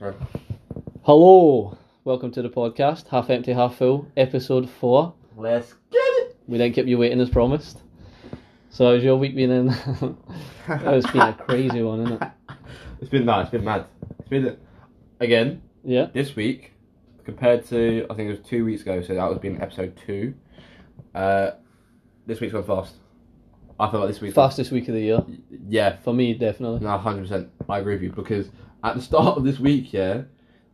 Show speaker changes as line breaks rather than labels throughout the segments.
Right.
Hello, welcome to the podcast, Half Empty, Half Full, episode four.
Let's get it.
We didn't keep you waiting as promised. So how's your week been? In that was been a crazy one, isn't it?
It's been that. It's been mad. It's been again
Yeah,
this week compared to I think it was two weeks ago. So that was been episode two. Uh, this week's gone fast. I feel like this week's
fastest week of the year
Yeah,
for me, definitely.
no, hundred percent. I agree with you because at the start of this week, yeah,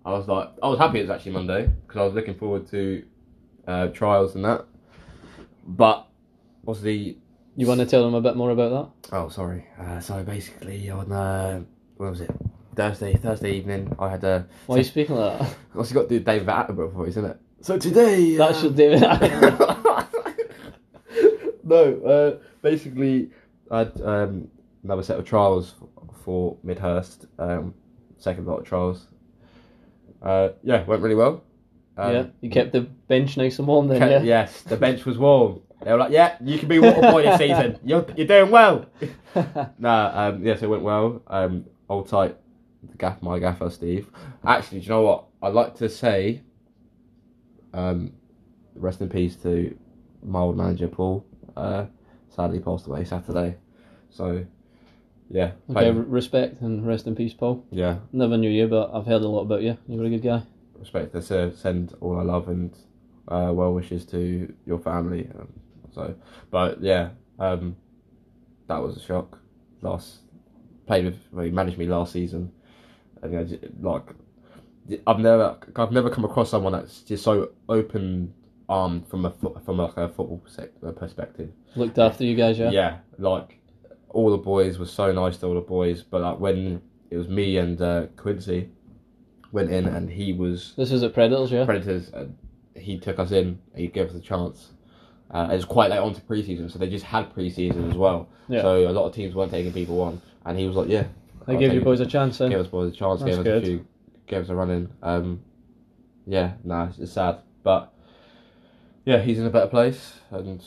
I was like, I was happy it was actually Monday because I was looking forward to uh, trials and that. But obviously
You want to tell them a bit more about
Oh, sorry. Uh, so basically, on uh, what was it? Thursday, Thursday evening, I had a.
that? Why are you speaking like that?
What's got to do with David Attenborough voice, isn't it? So today.
That's your David. Attenborough.
no, uh, basically, I had um, another set of trials for Midhurst, um, second lot of trials. Uh, yeah, went really well. Um,
yeah, you kept the bench nice and warm then.
Ke-
yeah.
Yes, the bench was warm. They were like, "Yeah, you can be water boy this season. You're you're doing well." nah, um, yes, it went well. Um, old tight, the gaff, my gaffer, Steve. Actually, do you know what? I'd like to say, um, rest in peace to my old manager Paul. Uh, sadly passed away Saturday. So, yeah,
okay,
played-
r- respect and rest in peace, Paul.
yeah.
Never knew you, but I've heard a lot about you. You were a good guy.
Respect. That's uh, send all our love and uh, well wishes to your family. Um, so, but yeah, um, that was a shock. Last played with, well, he managed me last season, and you know, j- like I've never, I've never come across someone that's just so open armed from a fo- from like a football sec- uh, perspective.
Looked after you guys, yeah.
like all the boys were so nice to all the boys, but like when it was me and uh, Quincy went in and he was
This is at Predators, yeah.
Predators, and uh, he took us in. He gave us a chance. Uh, it was quite late on to preseason, so they just had preseason as well.
Yeah.
So a lot of teams weren't taking people on, and he was like, "Yeah,
They
I'll
gave
take
you
it."
boys a chance eh? then.
gave us boys a chance,
That's
gave us
good.
a few, gave us a run in." Um, yeah, nah, it's, it's sad, but yeah, he's in a better place, and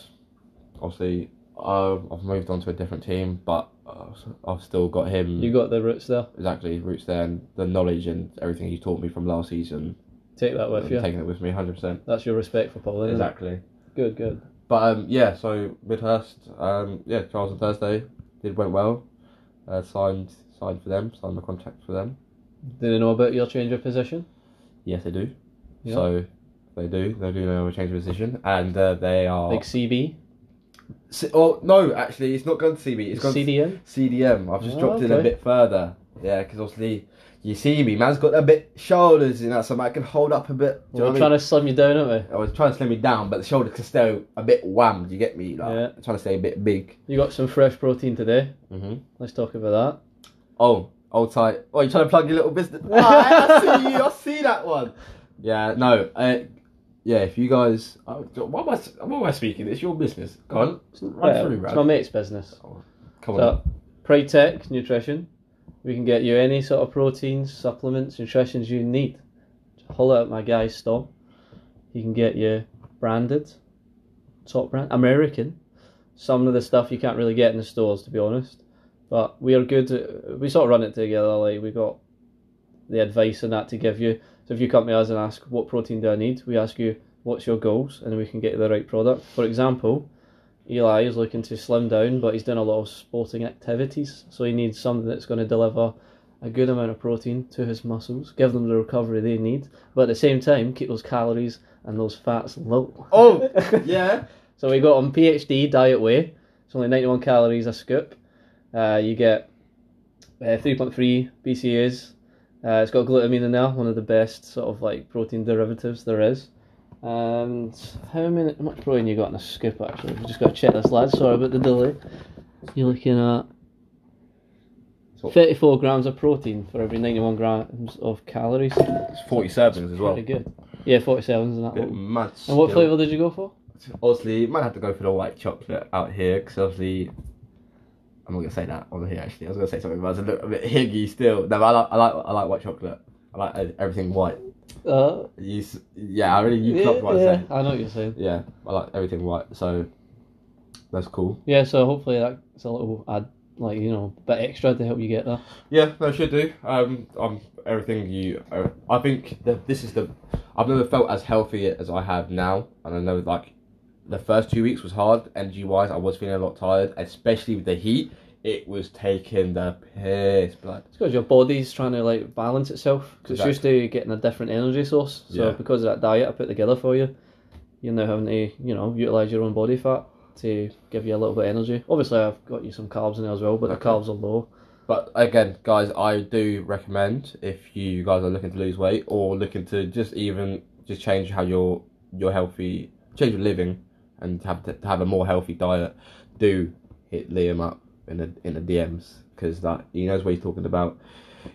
obviously, um, I've moved on to a different team, but I've- I've still got him
You got the roots there.
exactly roots there, and the knowledge and everything he taught me from last season,
Take that with
and
you.
taking it with me, hundred percent.
That's your respect for Paul, isn't
Exactly.
it? Good, good.
uh, But um, yeah, so Midhurst, um, yeah, Charles on Thursday did went well. Uh, signed signed for them, signed my contract for them.
Do they know about your change of position?
Yes, they do.
Yeah.
So they do, they do know a change of position, and uh, they are.
Like CB?
C- oh no, actually, it's not gone to CB. It's gone to
CDM?
CDM. I've just
Oh,
dropped it a
okay.
bit further. Yeah, because obviously you see me, man's got a bit shoulders in that, so I can hold up a bit. Do you know
We're
what I mean?
trying to slim you down, aren't
I was trying to slim me down, but the shoulders are still a bit whammed. You get me? Like,
Yeah.
trying to stay a bit big.
we? You got some fresh protein today.
Mm-hmm.
Let's talk about
Oh, old tight. Oh, you trying to plug your little business? Ah, I see you. I see that one. Yeah, no. Uh, yeah, if you guys, oh, why am I? Why am I speaking? It's your business. Go on,
that.
run
Well,
through,
it's
Brad.
my mate's business.
Come on.
So, Pride Tech Nutrition. We can get you any sort of proteins, supplements, nutritions you need. Holler at my guy's store. He can get you branded, top brand, American. Some of the stuff you can't really get in the stores, to be honest. But we are good. at- We sort of run it together. Like we got the advice and that to give you. So if you come to us and ask what protein do I need, we ask you what's your goals, and we can get you the right product. For example, Eli is looking to slim down, but he's doing a lot of sporting activities, so he needs something that's going to deliver a good amount of protein to his muscles, give them the recovery they need, but at the same time keep those calories and those fats low.
Oh, yeah.
So we got on PhD diet way. It's only 91 calories a scoop. Uh, you get uh, 3.3 BCAs. Uh, it's got glutamine in there, one of the best sort of like protein derivatives there is. And how many, how much protein you got in a scoop actually? We just got to check this, lad. Sorry about the delay. You're looking at
So-
34 grams of protein for every 91 grams of calories.
It's forty servings as well.
Pretty good. Yeah, 47s and that.
Bit
one.
mad.
And what
still.
flavour did you go for?
Obviously, you might have to go for the white chocolate out here because obviously. I'm not gonna say that on here. Actually, I was gonna say something, but I was a, little, a bit higgy still. No, I like, I like, I like white chocolate. I like uh, everything white.
Uh,
You, s- yeah, I really you
yeah,
clocked what I
yeah,
said.
I know what you're saying.
Yeah, I like everything white, so that's cool.
Yeah, so hopefully that's a little ad- like you know a bit extra to help you get there.
Yeah, no, should do. Um, I'm everything you. Uh, I think that this is the. I've never felt as healthy as I have now, and I know like the first two weeks was hard energy wise. I was feeling a lot tired, especially with the heat. It was taking the piss, blood.
It's because your body's trying to like balance itself because it's used to getting a different energy source. So
Yeah.
because of that diet I put together for you, you're now having to you know utilize your own body fat to give you a little bit of energy. Obviously, I've got you some carbs in there as well, but the
Okay.
carbs are low.
But again, guys, I do recommend if you guys are looking to lose weight or looking to just even just change how you're you're healthy, change your living, and have to, to have a more healthy diet, do hit Liam up in the in the DMs because that he knows what he's talking about.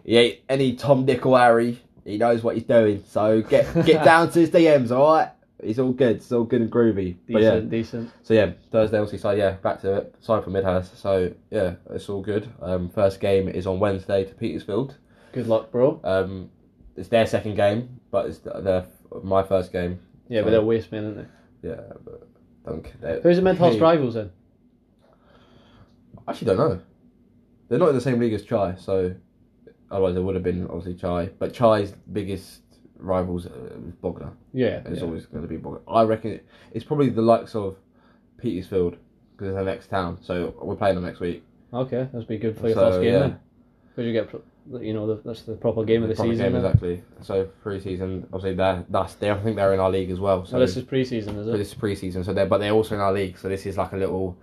He ain't any Tom Dick or Harry. He knows what he's doing. So get get down to his DMs, all right? It's all good. It's all good and groovy. But yeah.
Decent, decent.
So yeah, Thursday obviously. So yeah, back to it. Signed for Midhurst. So yeah, it's all good. Um, first game is on Wednesday to Petersfield.
Good luck, bro.
Um, it's their second game, but it's th- their my first game.
Yeah, but
Sorry.
they're waste men, aren't they?
Yeah, but don't care. They-
Who's the Midhurst
Hey,
rivals then?
I actually don't know. They're not in the same league as Chai, so otherwise they would have been obviously Chai. But Chai's biggest rivals uh, is Bognor.
Yeah,
It's
yeah.
always going to be Bognor. I reckon it, it's probably the likes of Petersfield because it's the next town. So we're playing them next week.
Okay, that's be good for your
So,
first game
yeah.
then. Because you get, pro- you know, the, that's the proper game of the
Proper game,
season. then.
exactly. So pre-season, obviously they're that's they I think they're in our league as well. So
So this is pre-season, is
but
it?
this is pre-season, so they're but they're also in our league. So this is like a little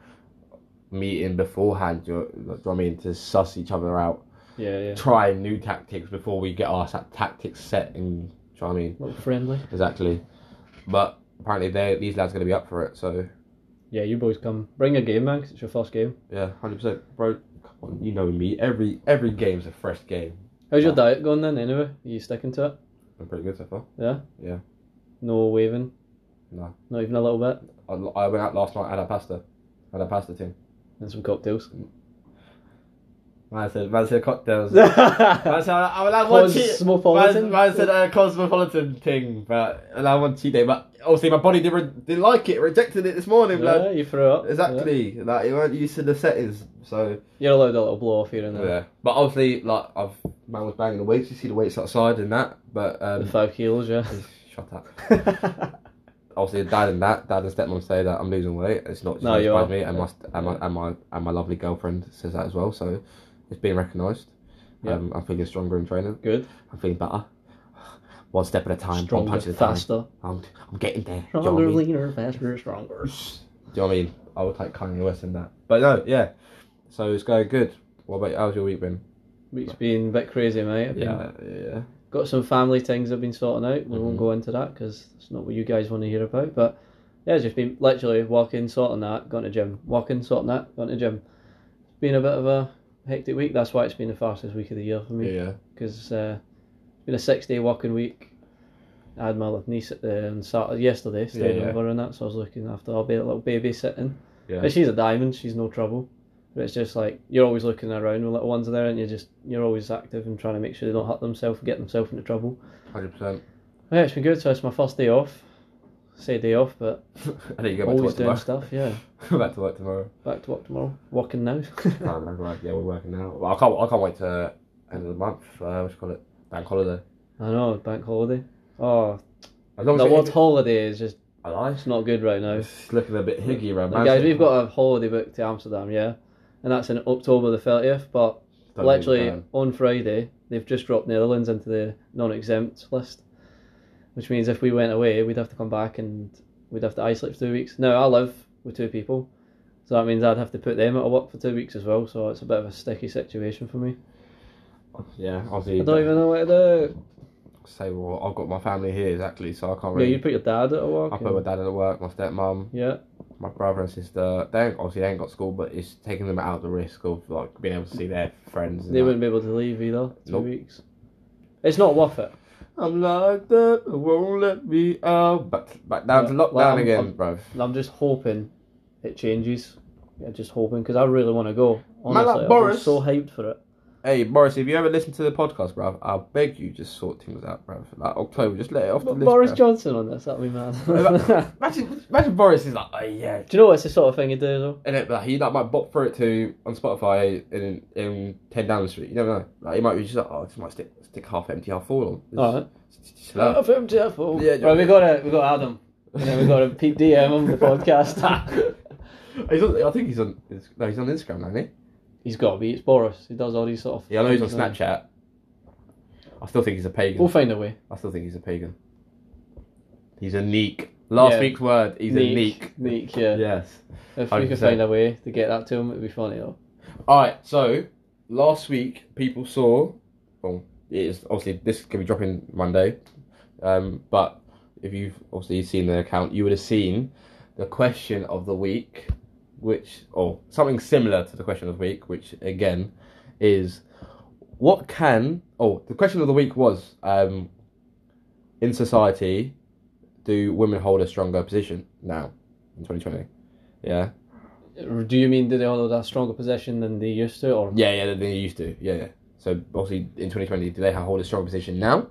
meeting beforehand. You know, do you know what I mean to suss each other out,
Yeah, yeah.
try new tactics before we get our sa- tactics set. And do you know what I mean
Look friendly.
exactly. But apparently they these lads are gonna be up for it. So
Yeah, you boys come. Bring your game, man, 'cause it's your first game.
yeah, hundred percent, bro. Come on, you know me. Every every game's a fresh game.
How's your
Yeah.
diet going then, anyway? Are you sticking to it?
I'm pretty good so far.
Yeah?
Yeah.
No waving?
No.
Not even a little bit?
I, I went out last night. had a pasta. had a pasta team.
And some cocktails?
Man said, man said cocktails. man
Cosmopolitan.
said, I will have one cheat. Man, man said a cosmopolitan thing, but and I one cheat day. But obviously, my body didn't, didn't like it, rejected it this morning, blood.
Yeah, you threw up. Yeah.
Exactly, like you weren't used to the settings, so
You're allowed a little blow off here and there.
yeah. But obviously, like I've man was banging the weights. You see the weights outside and that, but
The
um,
five kilos, yeah.
shut up. Obviously, dad and that, dad and stepmom say that I'm losing weight. It's not just
No, you
by
are.
me, and my, and my and my and my lovely girlfriend says that as well. So it's being recognised.
Yeah.
Um, I'm feeling stronger in training.
Good.
I'm feeling better. One step at a time, one
Stronger,
punch at a time.
faster.
I'm, I'm getting there. Do you, know what I
Stronger,
mean?
leaner, faster, stronger.
Do you know what I mean? I would like Kanye West in that. But no, yeah. So it's going good. What about how's your week been?
Week's been a bit crazy, mate. I've been-
yeah.
got some family things I've been sorting out. We won't
Mhm.
go into that because it's not what you guys want to hear about. But yeah, just been literally walking, sorting that, going to gym, walking, sorting that, going to gym. It's been a bit of a hectic week. That's why it's been the fastest week of the year for
Yeah.
me
yeah.
because uh, it's been a six-day walking week. I had my little niece uh, on Saturday yesterday, stayed
Yeah, yeah.
over and that, so I was looking after her, ba- little baby sitting.
Yeah.
But she's a diamond, she's no trouble. But it's just like you're always looking around when little ones are there, and you're just you're always active and trying to make sure they don't hurt themselves and get themselves into trouble.
Hundred percent.
Yeah, it's been good. So it's my first day off. Say day off, but
I think you go back to
always
work tomorrow.
doing stuff. Yeah,
back to work tomorrow.
back to work tomorrow. Walking now.
Can't remember, like, yeah, we're working now. Well, I can't. I can't wait to end of the month. Uh, what do you call it? Bank holiday.
I know bank holiday. Oh,
As long
the
as
word holiday is just
I like.
it's not good right now.
It's looking a bit higgy, right?
Like, guys, we've got a holiday booked to Amsterdam, yeah, and that's in October the thirtieth. But literally on Friday, they've just dropped Netherlands into the non-exempt list, which means if we went away, we'd have to come back and we'd have to isolate for two weeks. Now I live with two people, so that means I'd have to put them out of work for two weeks as well. So it's a bit of a sticky situation for me.
Yeah, obviously.
I don't even know what to do.
Say, well, I've got my family here exactly, so I can't
Yeah,
really.
you put your dad out of work.
I put
and-
my dad at work, my stepmom,
yeah,
my brother and sister. They ain't, obviously they ain't got school, but it's taking them out of the risk of like being able to see their friends. And
they
that.
wouldn't be able to leave either. Two
Nope.
weeks. It's not worth it.
I'm like that, it won't let me out. Back, back down to
Yeah,
lockdown
well, I'm-
again,
I'm-
bro.
And I'm just hoping it changes. I'm just hoping because I really want to go.
Man, like
Honestly, I'm
Boris.
so hyped for it.
Hey, Morris, if you ever listen to the podcast, bruv, I beg you just sort things out, bruv. Like October, just let it off the
But
list.
Boris
bruv.
Johnson on this, that'd be mad.
Ima-
do
imagine, imagine Boris is like, oh yeah,
you know what's the sort of thing you do though?
and it, like, he like might bop for it to on Spotify in in Ten Down the Street. You never know. Like he might be just like, oh, I just might stick stick half empty, half full on.
Alright.
Just- just chill out. Oh. Yeah,
right, we got a we got Adam. And then we got a Pete DM on the podcast.
He's on, I think he's on. His, no, he's on Instagram, now, isn't
he's got to be. It's Boris. He does all these sort of.
he? Yeah, I know he's on
things, doesn't he?
Snapchat. I still think he's a pagan.
We'll find a way.
I still think he's a pagan. He's a neek. Last
Yeah.
week's word. He's a neek.
Neek, yeah.
Yes.
If we can
100%.
find a way to get that to him, it'd be funny though.
All right. So last week people saw. Well, it is obviously this is gonna be dropping Monday, um, but if you've obviously seen the account, you would have seen the question of the week, which or something similar to the question of the week, which again is what can oh the question of the week was um, in society do women hold a stronger position now in 2020 yeah
Uh, Do you mean do they hold a stronger position than they used to, or
Yeah, yeah, than they used to. Yeah, yeah. So obviously in 2020, do they hold a stronger position now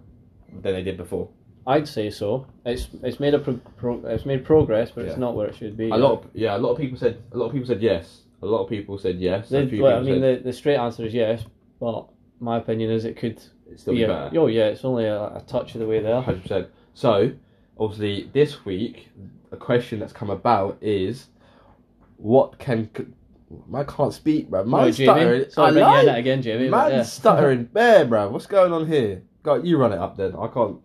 than they did before?
I'd say so. It's it's made a pro- pro- it's made progress, but
Yeah.
it's not where it should be.
A lot, of, yeah, a lot of people said, a lot of people said yes. A lot of people said yes.
They-
a few
well, I
people
mean,
said
the, the straight answer is yes, but my opinion is it could.
it's still be
yeah,
better.
oh yeah, it's only a, a touch of the way there.
100. percent So obviously this week, a question that's come about is, what can I can't speak, bro.
No,
Man's stuttering.
Jamie, sorry,
I
bring you in
like,
that again, Jamie. but
man's
yeah.
stuttering bare, bro. What's going on here? God, you run it up then. I can't.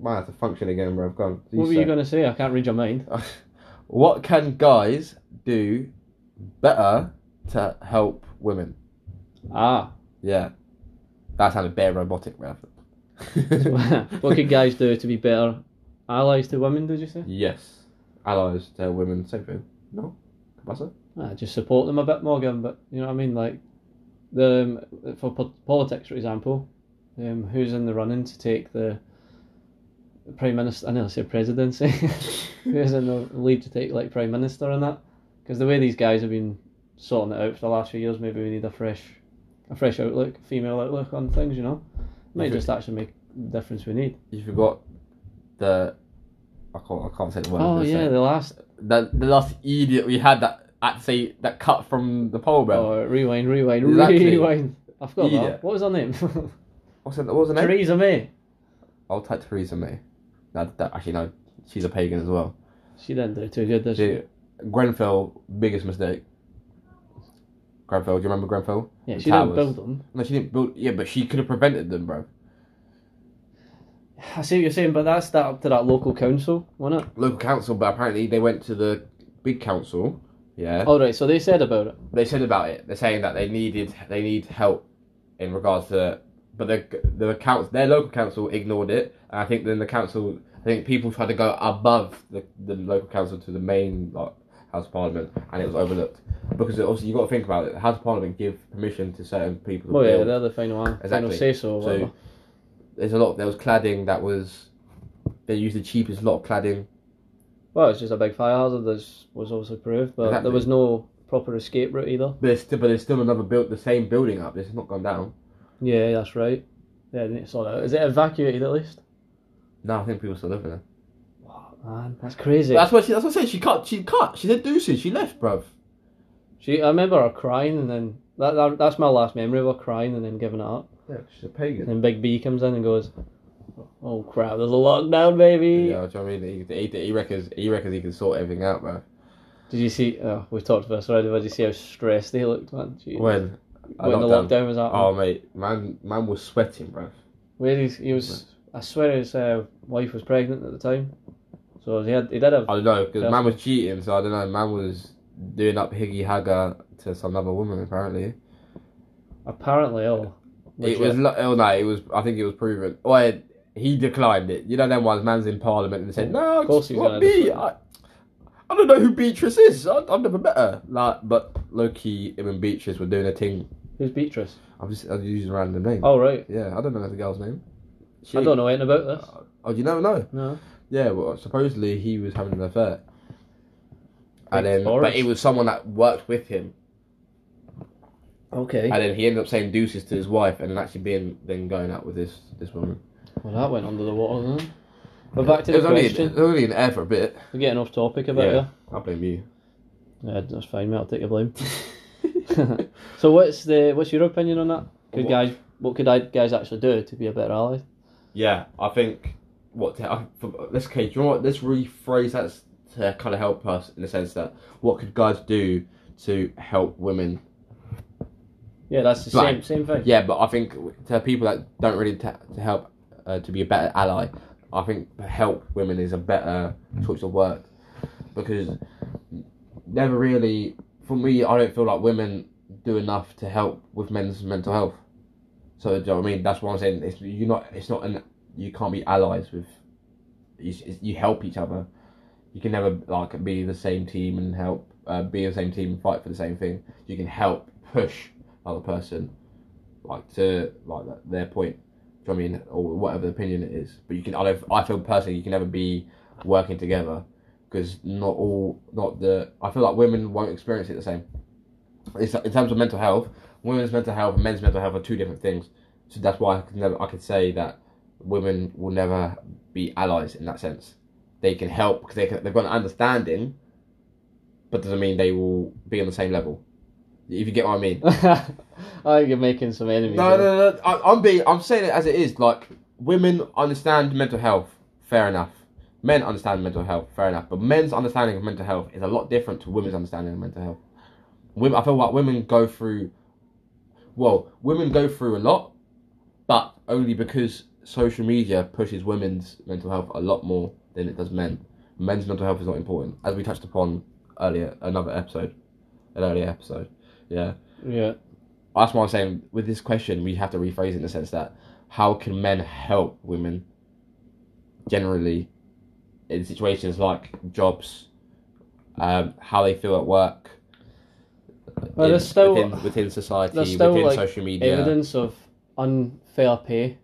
Might have to function again, bro. Go on. do
what were you
say.
going to say? I can't read your mind.
what can guys do better to help women?
Ah,
Yeah. That sounded bare robotic, man.
what could guys do to be better allies to women? Did you say?
Yes. Allies to women, same thing. No? Kabasa?
Ah, just support them a bit more, again, but you know what I mean. Like, the um, for po- politics, for example, um, who's in the running to take the prime minister? I nearly say presidency. who's in the lead to take like prime minister and that? Because the way these guys have been sorting it out for the last few years, maybe we need a fresh, a fresh outlook, female outlook on things. You know, might
Okay.
just actually make the difference we need.
You forgot the. I can't, I can't say the word.
Oh yeah, the last.
The, the last idiot we had that actually that cut from the poll, bro.
Oh, rewind, rewind,
Exactly.
rewind. I forgot
Idiot.
that. What was her name?
What's her, what was her name?
Theresa May.
I'll type Theresa May. No, that, actually, no. She's a pagan as well.
She didn't do too good, did she?
Dude, Grenfell, biggest mistake. Grenfell, do you remember Grenfell?
Yeah,
The
she
towers.
didn't build them.
No, she didn't build. Yeah, but she could have prevented them, bro.
I see what you're saying, but that's that up to that local council, wasn't it?
Local council, but apparently they went to the big council. Yeah,
All right, so they said about it.
they said about it. They're saying that they needed they need help in regards to, but the the council their local council ignored it, and I think then the council I think people tried to go above the, the local council to the main like, House of Parliament, and it was overlooked because obviously you have got to think about it. The House of Parliament give permission to certain people. to
Well, yeah,
build.
they're the final one. Final
Exactly.
say so.
So- there's a lot. There was cladding that was. They used the cheapest lot of cladding.
Well, it's just a big fire hazard that was obviously proved, but
Exactly.
there was no proper escape route either.
But there's still, but there's still another built the same building up. This has not gone down.
Yeah, that's right. Yeah, they need to sort that out. Is it evacuated at least?
No, I think people still live in it.
Wow, man, that's crazy.
That's what she. That's what I said. She cut. She cut. She said deuces. She left, bruv.
She, I remember her crying, and then that, that that's my last memory of her crying and then giving it up.
Yeah, she's a pagan.
And then Big B comes in and goes, "Oh crap, there's a lockdown, baby."
Yeah, do you know what I mean? He, he, he reckons. He reckons he can sort everything out, bruv.
Did you see? Oh, we talked about this already. But did you see how stressed they looked, man? Gee,
When. I
when the
locked down.
lockdown was happening,
Oh mate, man, man was sweating, bruv.
where he's, he was, I swear his uh, wife was pregnant at the time, so he had he did have.
I don't know because
Just-
man was cheating, so I don't know. Man was doing up higgy hagger to some other woman apparently.
apparently, oh,
It was lo- oh no, it was. I think it was proven. Well, it- he declined it. You know, them ones. Man's in Parliament and said, "No,
Of course
it's
he's
not
gonna
me.
decline.
I, I don't know who Beatrice is. I, I've never met her." Like, but low key, him and Beatrice were doing a thing.
who's Beatrice?
I'm just I'm using a random name.
Oh right,
Yeah, I don't know the girl's name. She,
I don't know anything about this.
Oh, you never know.
No,
Yeah, well, supposedly he was having an affair.
Like
And then, but
Boris.
it was someone that worked with him.
Okay.
and then he ended up saying deuces to his wife, and then actually being then going out with this this woman.
Well, that went under the water then. But back to the
it was only an,
question.
it was only an air for a bit.
We're getting off topic about
yeah, I blame you.
you. Yeah, that's fine, mate. I'll take the blame. so what's the what's your opinion on that? Could
What-
guys what could I guys actually do to be a better ally?
Yeah, I think what to, I, for, let's okay, do you know what? Let's rephrase that s- to kind of help us in the sense that what could guys do to help women?
Yeah, that's the
Right.
same same thing.
Yeah, but I think to people that don't really ta to help uh, to be a better ally, I think help women is a better choice of word because never really for me I don't feel like women do enough to help with men's mental health. So do you know what I mean? That's what I'm saying. It's you're not. It's not an. You can't be allies with. You, s- you help each other. You can never like be the same team and help uh, be the same team and fight for the same thing. You can help push other person, like to like th- their point. Do you know what I mean? Or whatever opinion it is. But you can. I don't. I feel personally you can never be working together because not all not the. I feel like women won't experience it the same. It's, in terms of mental health, women's mental health and men's mental health are two different things. So that's why I could never I could say that women will never be allies in that sense. They can help because they can, they've got an understanding, but doesn't mean they will be on the same level. If you get what I mean.
I think you're making some enemies.
No,
there.
no, no. I, I'm being. I'm saying it as it is. Like women understand mental health, fair enough. Men understand mental health, fair enough. But men's understanding of mental health is a lot different to women's understanding of mental health. Women, I feel like women go through. Well, women go through a lot, but only because social media pushes women's mental health a lot more than it does men. Men's mental health is not important, as we touched upon earlier, another episode, an earlier episode. Yeah
Yeah.
that's what I'm saying. With this question, we have to rephrase it in the sense that how can men help women generally in situations like jobs, um, how they feel at work,
Well,
in-
there's still-
within, within society,
there's still,
within
like,
social media.
Evidence of unfair pay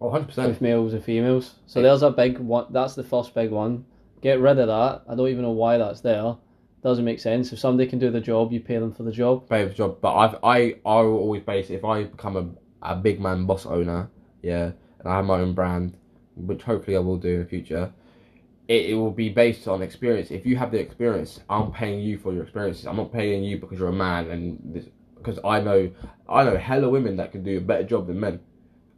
Oh, 100%.
with males and females. So
Yeah.
there's a big one. That's the first big one. Get rid of that. I don't even know why that's there. Doesn't make sense. If somebody can do the job, you pay them for the job.
Favorite job, but I've, I I will always base if I become a, a big man boss owner, yeah, and I have my own brand, which hopefully I will do in the future. It, it will be based on experience. If you have the experience, I'm paying you for your experiences. I'm not paying you because you're a man and this, because I know I know hella women that can do a better job than men.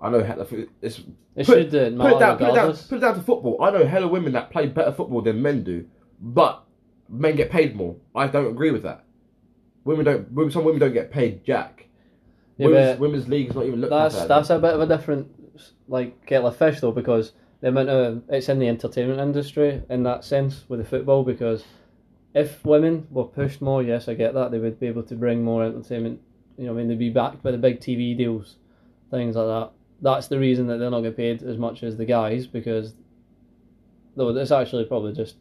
I know hella. It's, Put-
It should do it.
put it down, put it down,
regardless.
put it down to football. I know hella women that play better football than men do, but men get paid more. I don't agree with that. Women don't. Women, some women don't get paid jack.
Yeah,
women's,
but
women's league's not even looked
that's
at.
that's a bit of a different like kettle of fish though because the amount of it's in the entertainment industry in that sense with the football because if women were pushed more, yes, I get that they would be able to bring more entertainment. You know, I mean, they'd be backed by the big TV deals, things like that. That's the reason that they're not getting paid as much as the guys because though it's actually probably just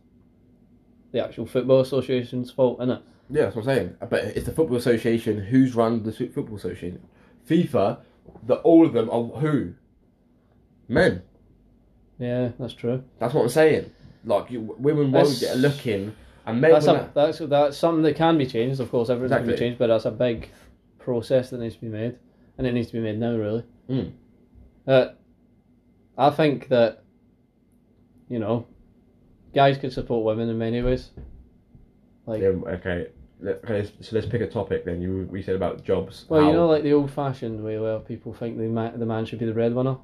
the actual football association's fault, innit?
Yeah, that's what I'm saying. But it's the football association. Who's run the su- football association? FIFA. The all of them are who? Men.
Yeah, that's true.
That's what I'm saying. Like you, women won't
That's-
get a look in, and men.
that's
will
a, that's that's something that can be changed. Of course, everything can be
eh? Exactly.
changed, but that's a big process that needs to be made, and it needs to be made now, really.
Mm.
Uh, I think that you know, guys could support women in many ways. Like,
Yeah, okay. Let- okay, let's- So let's pick a topic then. You we said about jobs.
well,
how-
you know, like the old-fashioned way where people think the man, the man should be the breadwinner.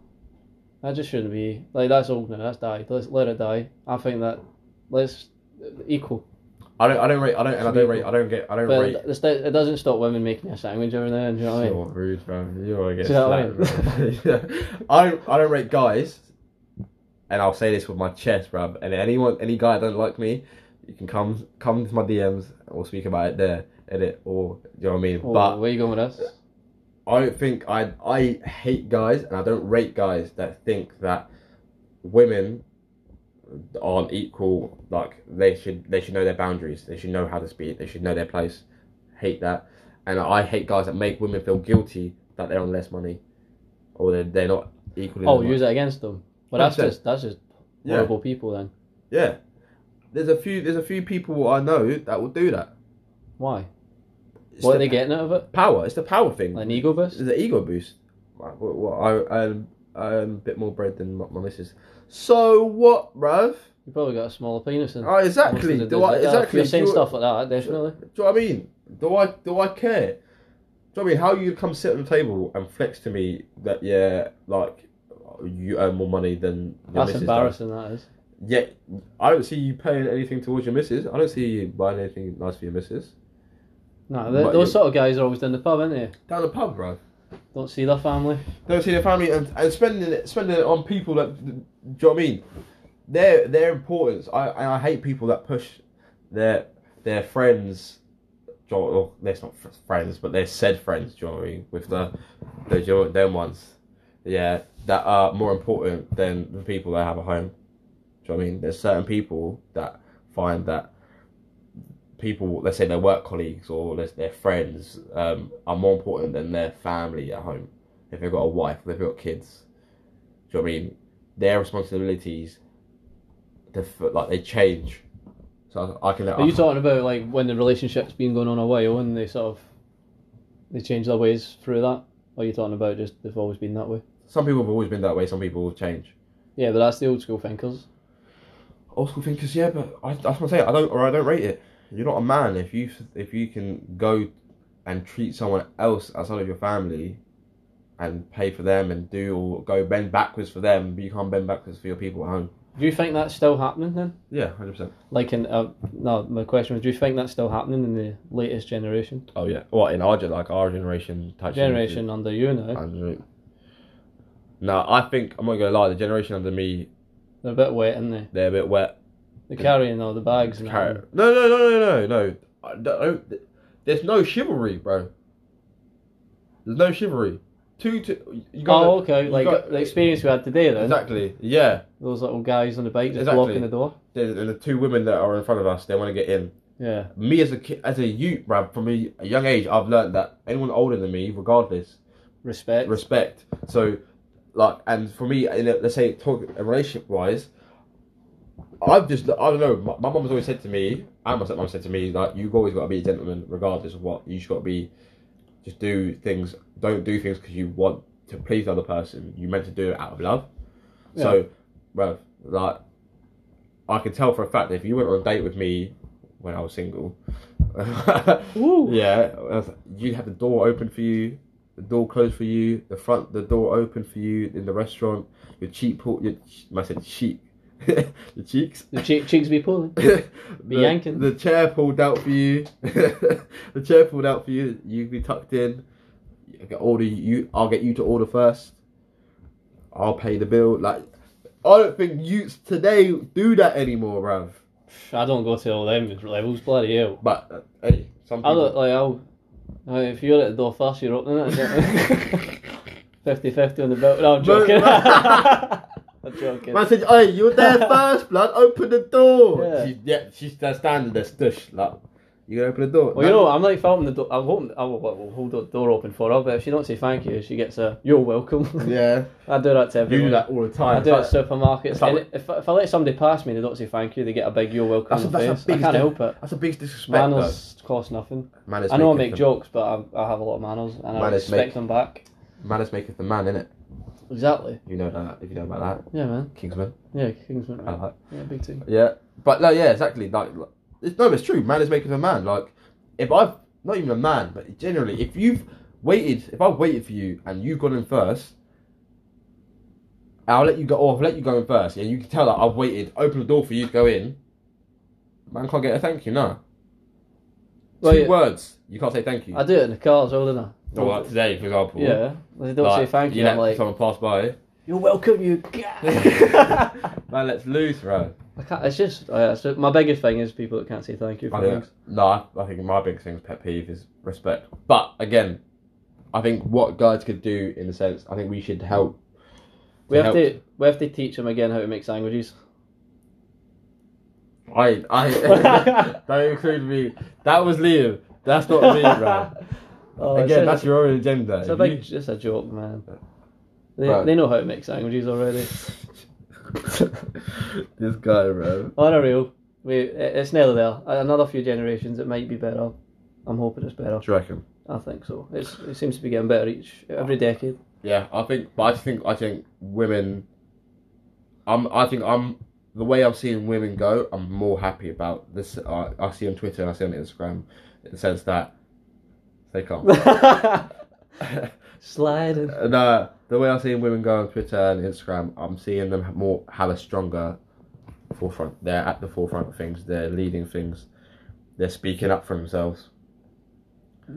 That just shouldn't be like that's old now. That's died. Let's let it die. I think that let's equal.
I don't. I don't rate. I don't. And I
Should
don't
be-
rate. I don't get. I don't
But
rate.
it, it doesn't stop women making a sandwich every now and then. Do you know what I mean?
You're rude, man. You want to get
See what I
slapped, bruv. I don't. I don't rate guys, and I'll say this with my chest, bruv. And anyone, any guy that don't like me, you can come come to my DMs, and we'll speak about it there, edit, or you know what I mean.
Oh,
But
where you going with this?
I don't think I I hate guys and I don't rate guys that think that women aren't equal. Like they should they should know their boundaries. They should know how to speak. They should know their place. Hate that, and I hate guys that make women feel guilty that they're on less money, or they're they're not equal. in
Oh,
the
use it against them. But that's
That's it.
just that's just
Yeah.
horrible people. Then
Yeah, there's a few there's a few people I know that will do that.
why?
it's
What
the
are they getting out of it?
Power. It's the power thing.
An ego
It's
boost?
the ego boost. Like, what, what, I, I'm, I'm a bit more bred than my, my missus. So what, bruv?
You probably got a smaller penis. than
Oh, exactly.
most of the
Do I,
dudes like that. If
exactly.
You're saying
do,
stuff like that, definitely.
Do you know what I mean? Do I do I care? Do you know what I mean? How you come sit on the table and flex to me that yeah, like you earn more money than your
That's
missus does?
embarrassing. That is.
Yeah, I don't see you paying anything towards your missus. I don't see you buying anything nice for your missus.
No, th
But
those
you-
sort of guys are always in the pub, aren't they?
Down the pub, bro.
Don't see their family.
Don't see their family and, and spending it spending it on people that do you know what I mean? Their their importance. I and I hate people that push their their friends. do you know- Or they're not fr- friends, but they're said friends. Do you know what I mean? With the the do you know, them ones, yeah, that are more important than the people that have a home. Do you know what I mean? There's certain people that find that people, let's say their work colleagues or their, their friends, um, are more important than their family at home. If they've got a wife, if they've got kids. Do you know what I mean? Their responsibilities, def- like they change. So I, I can.
Are you talking about like when the relationship's been going on a while and they sort of they change their ways through that? Or are you talking about just they've always been that way?
Some people have always been that way. Some people will change.
Yeah, but that's the old school thinkers.
old school thinkers, yeah, but I, that's what I'm saying. I don't, or I don't rate it. You're not a man if you if you can go and treat someone else outside of your family, and pay for them and do or go bend backwards for them, but you can't bend backwards for your people at home.
Do you think that's still happening then?
Yeah, hundred percent.
Like in uh, no, my question was, do you think that's still happening in the latest generation?
Oh yeah. What in our gen- like our generation type
Generation under you now,
No, I think I'm not gonna lie. The generation under me,
they're a bit wet, aren't they?
they're a bit wet.
They're carrying all the bags and
Carrot.
that.
No, no, no, no, no, no. I don't, there's no chivalry, bro. There's no chivalry. Two, two. You gotta-
Oh, okay.
you
Like
gotta-
the experience we had today, then
exactly. Yeah.
those little guys on the bike just
Exactly.
blocking the door.
There's, and the two women that are in front of us, they want to get in.
Yeah,
Me as a kid, as a youth, bro, from a, a young age, I've learned that anyone older than me, regardless,
respect.
respect. So, like, and for me, in a, let's say talk relationship wise, I've just I don't know. My, my mum's always said to me, and my stepmom said to me, like, you've always got to be a gentleman, regardless of what. You just got to be, just do things. Don't do things because you want to please the other person. You meant to do it out of love. So, bro, like, I can tell for a fact that if you went on a date with me when I was single,
Woo.
yeah, that's- you'd have the door open for you, the door closed for you, the front, the door open for you in the restaurant. Your cheek pull, your, I said cheek, your cheeks.
The cheek, cheeks be pulling.
the,
Be yanking.
The chair pulled out for you. the chair pulled out for you. You be tucked in. I get order you. I'll get you to order first. I'll pay the bill. Like I don't think youths today do that anymore, bruv.
I don't go to all them levels, bloody hell.
But uh, hey, some
I
people.
look like I'll. like, if you're at the door first, you're opening it. 50 50 on the belt. No, I'm
But-
joking. I'm joking.
Man said, "Hey, you're there first, blood. Open the door."
Yeah.
She, yeah, she's there standing there, stush. Like, you gonna open the door?
Well, you know, I'm like filming the door. I'm hoping I will, I will hold the door open for her, but if she don't say thank you, she gets a "You're welcome."
yeah,
I do that to
you
everyone.
do that all the time.
I do it at
It's like-
supermarkets.
It's like-
And if, if I let somebody pass me, and they don't say thank you. They get a big "You're welcome."
That's,
in
a,
the
that's, a
face. I
big
can't
dis-
help it.
that's a big disrespect. though.
Manners cost nothing.
Manners
I know I
maketh
make
the-
jokes, but I, I have a lot of manners, and I
Manners
respect
make-
them back.
Manners maketh the man, innit?
Exactly.
You know that if you know about
Yeah, man.
that, Kingsman.
Yeah, Kingsman.
I like.
Yeah, big team.
Yeah, but no, yeah, exactly. Like, like- it's no, it's true. Man is making a man. Like, if I've not even a man, but generally, if you've waited, if I've waited for you and you've gone in first, I'll let you go. Or I've let you go in first, and you can tell that I've waited. Open the door for you to go in. Man can't get a thank you. No.
Well,
Two
yeah.
words. You can't say thank you.
I do it in the car as well, don't I?
Or like today, for example.
Yeah. They don't
like,
say thank you.
let
I'm like,
someone pass by.
you're welcome, you guy.
Man, let's lose, bro.
I can't, it's just, oh yeah, so my biggest thing is people that can't say thank you for
I think,
things.
no, I- I think my biggest thing is pet peeve is respect. But again, I think what guys could do in a sense, I think we should help.
We have
help-
to we have to teach them again how to make sandwiches.
I, I, don't include me. That was Liam. That's not me, bro.
Oh, it's
Again,
a-
that's your own agenda.
It's a
If
big, it's a joke, man. They,
Right.
they know how to make sandwiches already.
you- this guy, bro.
Oh, On a real, we, it- it's nearly there. Another few generations, it might be better. I'm hoping it's better.
Do you reckon?
I think so. It's, it seems to be getting better each every decade.
Yeah, I think, but I just think I think women. I'm. I think I'm. The way I'm seeing women go, I'm more happy about this. I, I see on Twitter and I see on Instagram, in the sense that they can't.
Sliding.
And, uh, the way I'm seeing women go on Twitter and Instagram, I'm seeing them more have a stronger forefront. They're at the forefront of things. They're leading things. They're speaking up for themselves.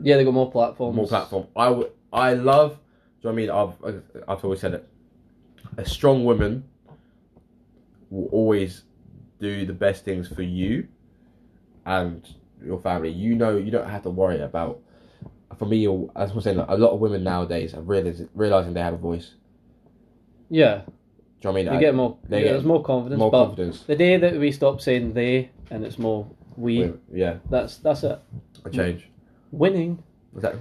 Yeah, they got more platforms.
more platform. I, w- I love. Do you know what I mean? I've I've always said it. A strong woman will always do the best things for you and your family. You know, you don't have to worry about. For me, you'll- as I'm saying, like, a lot of women nowadays are realizing, realizing they have a voice. Do
Yeah,
you know what I mean?
they
Like,
get more.
they
yeah,
get
there's more confidence.
more
but
confidence.
the day that we stop saying they and it's more we,
Women- Yeah,
that's that's it.
a change.
Winning.
Was that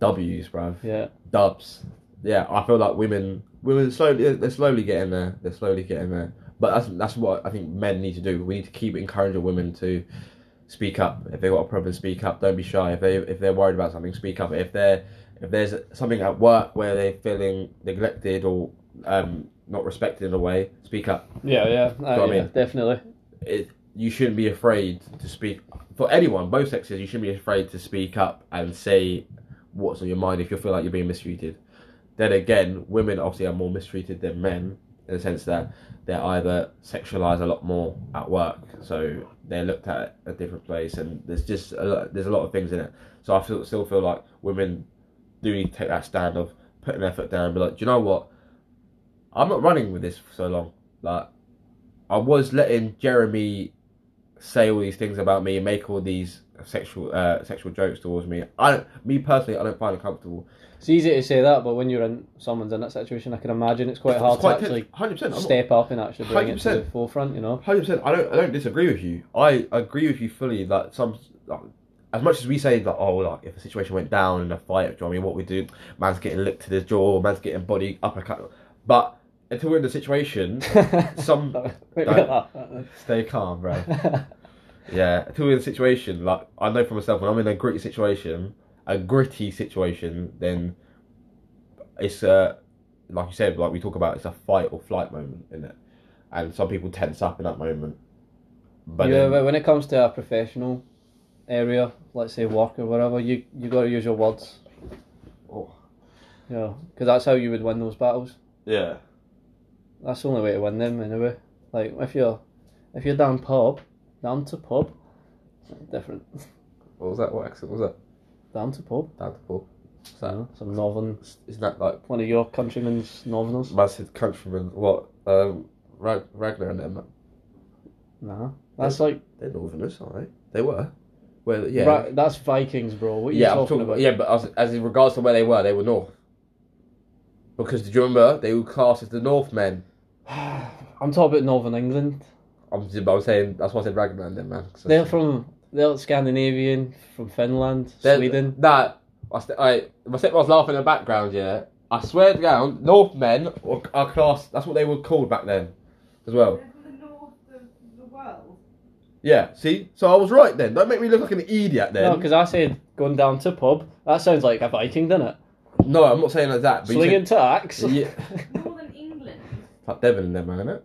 W's, bruv?
Yeah.
dubs. Yeah, I feel like women, women slowly, they're slowly getting there. They're slowly getting there. But that's that's what I think men need to do. We need to keep encouraging women to speak up. If they've got a problem, speak up. Don't be shy. If they if they're worried about something, speak up. If they're if there's something at work where they're feeling neglected or um, not respected in a way, speak up.
Yeah, yeah. Uh,
what I
yeah,
mean?
Definitely.
It, you shouldn't be afraid to speak for anyone, both sexes. You shouldn't be afraid to speak up and say what's on your mind if you feel like you're being mistreated. Then again, women obviously are more mistreated than men in the sense that they're either sexualized a lot more at work, so they're looked at a different place, and there's just a lot, there's a lot of things in it. So I feel, still feel like women do need to take that stand of putting their foot down and be like, do you know what? I'm not running with this for so long. Like, I was letting Jeremy say all these things about me and make all these sexual uh, sexual jokes towards me. I don't, me personally, I don't find it comfortable.
It's easy to say that, but when you're in someone's in that situation, I can imagine it's quite
It's
hard
quite
to actually
hundred percent.
step up and actually bring it to the
100%.
forefront. You know.
Hundred percent. I don't. I don't disagree with you. I agree with you fully that some, like, as much as we say that oh like if a situation went down in a fight, do you know what I mean? What we do, man's getting licked to the jaw, man's getting body uppercut, but until we're in the situation, some
Make me
Don't.
laugh, don't
stay calm, bro.
they?
Yeah, until we're in a situation like I know for myself when I'm in a gritty situation, a gritty situation, then it's a like you said, like we talk about, it's a fight or flight moment, isn't it? And some people tense up in that moment. But
yeah,
then-
but when it comes to a professional area, let's say work or whatever, you you got to use your words.
Oh.
Yeah, because that's how you would win those battles.
yeah,
That's the only way to win them anyway. Like if you're if you're down pub, down to pub, different
what was that? What accent was that?
down to pub.
Down to Paul. Is that,
So, some northern,
isn't that like
one of your countrymen's northerners.
massive countrymen? What um, Rag- Ragnar and them?
Nah, that's like
They're Northerners, aren't they? They were. Well, yeah,
yeah. that's Vikings, bro. What are
yeah,
you
I'm
talking,
talking
about?
yeah, but as, as in regards to where they were, they were north. Because do you remember they were classed as the Northmen?
I'm talking about Northern England.
I'm, just- I'm saying that's why I said Ragnar and them, man. 'cause
They're
that's-
from they're Scandinavian, from Finland,
they're-
Sweden.
Nah, I, st- I my stepmom's laughing in the background. Yeah, I swear to God, Northmen are, are classed. That's what they were called back then, as well.
They're from the north of the world.
Yeah, see? So I was right then. Don't make me look like an idiot then.
No,
No,
because I said going down to pub. That sounds like a Viking, doesn't it?
I'm not saying like that. But
Swinging
you
to axe.
said, yeah,
Northern England.
it's like Devon and them, man, innit?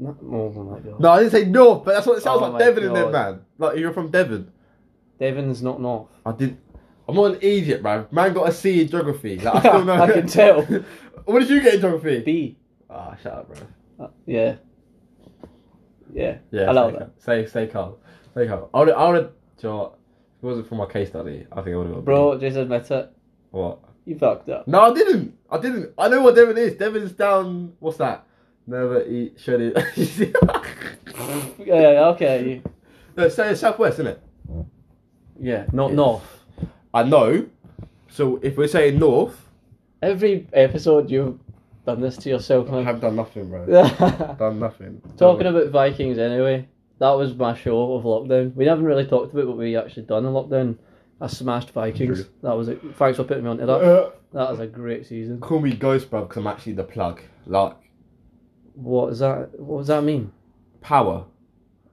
No, oh my god.
No, I didn't say North, but that's what it sounds
Oh
like
my
Devon and them,
God.
man. Like, you're from Devon.
Devon's not north.
I did. I'm not an idiot, man. Man got a C in geography. Like, I still know.
I can tell.
what did you get in geography?
B.
Ah, shut up, bro.
Uh, yeah. Yeah.
Yeah,
I love
stay
that.
calm. Stay, stay calm. Stay calm. I would, I would, do you know what? If it wasn't for my case study, I think I would have got. a B.
Bro, just admit it.
What?
You fucked up.
No, I didn't. I didn't. I know what Devon is. Devon's down. What's that? Never eat. Shut it.
Yeah, okay. You,
no, it's southwest, isn't it?
yeah, not
Yes.
north.
I know. So if we're saying north,
Every episode you've done this to yourself,
I
man.
have done nothing, bro. Done nothing.
Talking about Vikings anyway, that was my show of lockdown. We haven't really talked about what we actually done in lockdown. I smashed Vikings.
True.
That was it. Thanks for putting me onto that.
Uh,
That was a great season.
call me Ghost, bro, because I'm actually the plug. Like
What is that? What does that mean?
Power.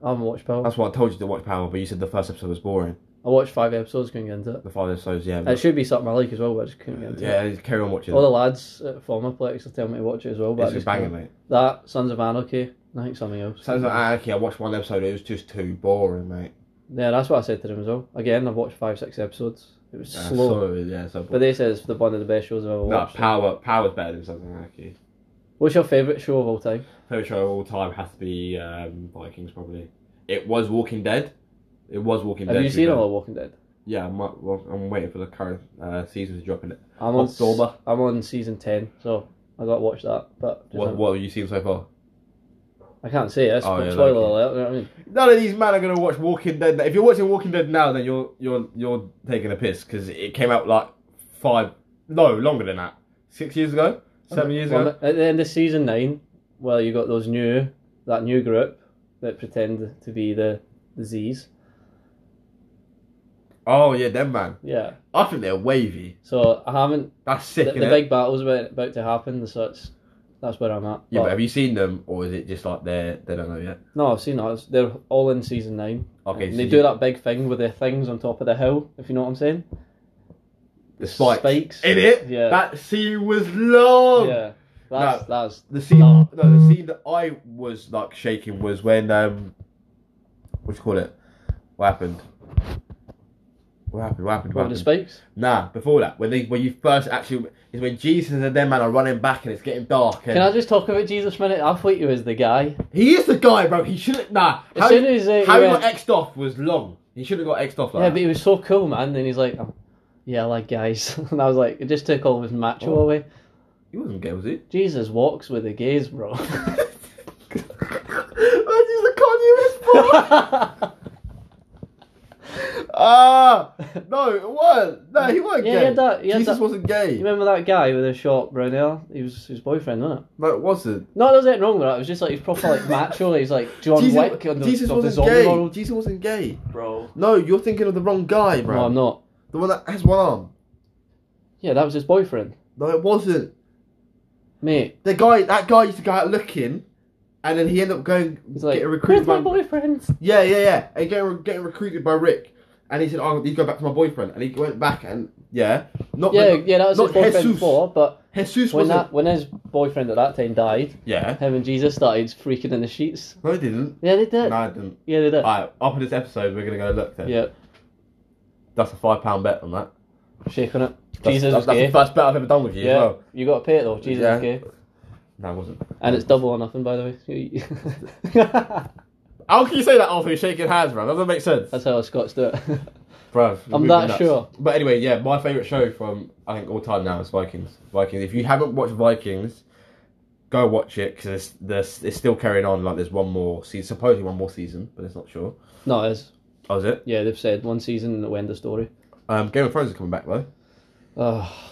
I haven't watched Power.
That's why I told you to watch Power, but you said the first episode was boring.
I watched five episodes, couldn't get into it.
The five episodes, yeah.
It
But,
should be something I like as well, but I just couldn't get into it.
yeah, carry on watching.
All the lads at former Plex are telling me to watch it as well, but I
it's a
just
banger,
can't.
mate.
that Sons of Anarchy. I think something else.
Sounds like Anarchy. I watched one episode. It was just too boring, mate.
yeah, that's what I said to them as well. Again, I've watched five, six episodes. It was
Yeah,
slow,
so- yeah, so
but they say it's the one of the best shows I've ever
no,
watched.
power. Power's better than Sons of Anarchy.
What's your favourite show of all time?
Favorite show of all time has to be um, Vikings, probably. It was Walking Dead. It was Walking Dead.
Have you
to be
seen
fair.
all of Walking Dead?
Yeah, I'm, wa- well, I'm waiting for the current uh, season to drop in it.
I'm on. s-
October.
I'm on season ten, so I got to watch that. But
What, what have you seen so far?
I can't say it. It's
Oh, yeah,
spoiler
okay.
alert. You know what I mean?
None of these men are gonna watch Walking Dead. If you're watching Walking Dead now, then you're you're you're taking a piss because it came out like five, no, longer than that, six years ago, seven years
Well,
ago.
At the end of season nine, well, you got those new that new group that pretend to be the the Z's.
Oh yeah, them man.
Yeah.
I think they're wavy.
So I haven't.
That's
The,
sick.
the
innit?
big battle's about, about to happen, so it's, that's where I'm at.
yeah, but
But-
have you seen them or is it just like they they don't know yet?
no, I've seen that. It's- They're all in season nine.
Okay,
And
so
they
you-
do that big thing with their things on top of the hill, if you know what I'm saying.
the spikes.
spikes.
In it,
Yeah.
That scene was long.
yeah. That's that's
The scene, no, the scene that I was like shaking was when um, what you call it? What happened? What happened? What happened? What
one of the
happened?
spikes.
Nah, before that, when they when you first actually is when Jesus and them man are running back and it's getting dark. And
Can I just talk about Jesus for a minute? I thought you was the guy.
He is the guy, bro. He shouldn't. Nah,
As soon as, uh, he
how he
went-
got xed off was long. He shouldn't have got xed off like
Yeah, but
that.
he was so cool, man. Then he's like, oh, "Yeah, I like guys," and I was like, "It just took all his macho
Oh.
away."
He wasn't gay, was he?
Jesus walks with the gays, bro.
that is the Kanye West part. Ah, no, it was. No, he wasn't
Yeah, he
gay.
had that- he had
Jesus
that-
wasn't
you
gay.
remember that guy with the short brown hair? He was his boyfriend, wasn't it?
No, it wasn't.
No, there's nothing wrong with that. It was just like he's proper like macho. He's like John
Jesus,
Wick on the,
Jesus
of the
wasn't
zombie
gay.
world,
Jesus wasn't gay.
bro.
No, you're thinking of the wrong guy, bro.
No, I'm not.
The one that has one arm.
Yeah, that was his boyfriend,
No, it wasn't.
mate.
The guy, that guy used to go out looking, and then he ended up going
He's like,
getting
"Where's
recruited
my
by.
boyfriend?"
Yeah, yeah, yeah. And getting getting recruited by Rick, and he said, "Oh, you go back to my boyfriend." And he went back, and yeah, not
Yeah, yeah, that was his
not
boyfriend
Jesus.
before, but
Jesus wasn't.
when that when his boyfriend at that time died,
Yeah.
him and Jesus started freaking in the sheets.
No, I didn't.
Yeah, they did.
No, I didn't.
Yeah, they did.
Alright, after this episode, we're gonna go look. Then.
Yeah,
That's a five pound bet on that.
shaking it.
That's,
Jesus
that's,
was
that's
gay.
the first bet I've ever done with you.
yeah,
As well.
you got to pay it though. Jesus
Yeah.
was gay,
No, I wasn't.
and it's double or nothing, by the way.
How can you say that after you're shaking hands, bro? That doesn't make sense.
That's how us Scots do it.
Bruv, you're
I'm
moving
that
nuts.
sure.
But anyway, yeah, my favourite show from I think all time now is Vikings. Vikings. If you haven't watched Vikings, go watch it because it's, there's- it's still carrying on. Like there's one more season, supposedly one more season, but it's not sure.
no, it is.
Oh, is it?
Yeah, they've said one season and it'll end the story.
Um, Game of Thrones is coming back though.
Oh,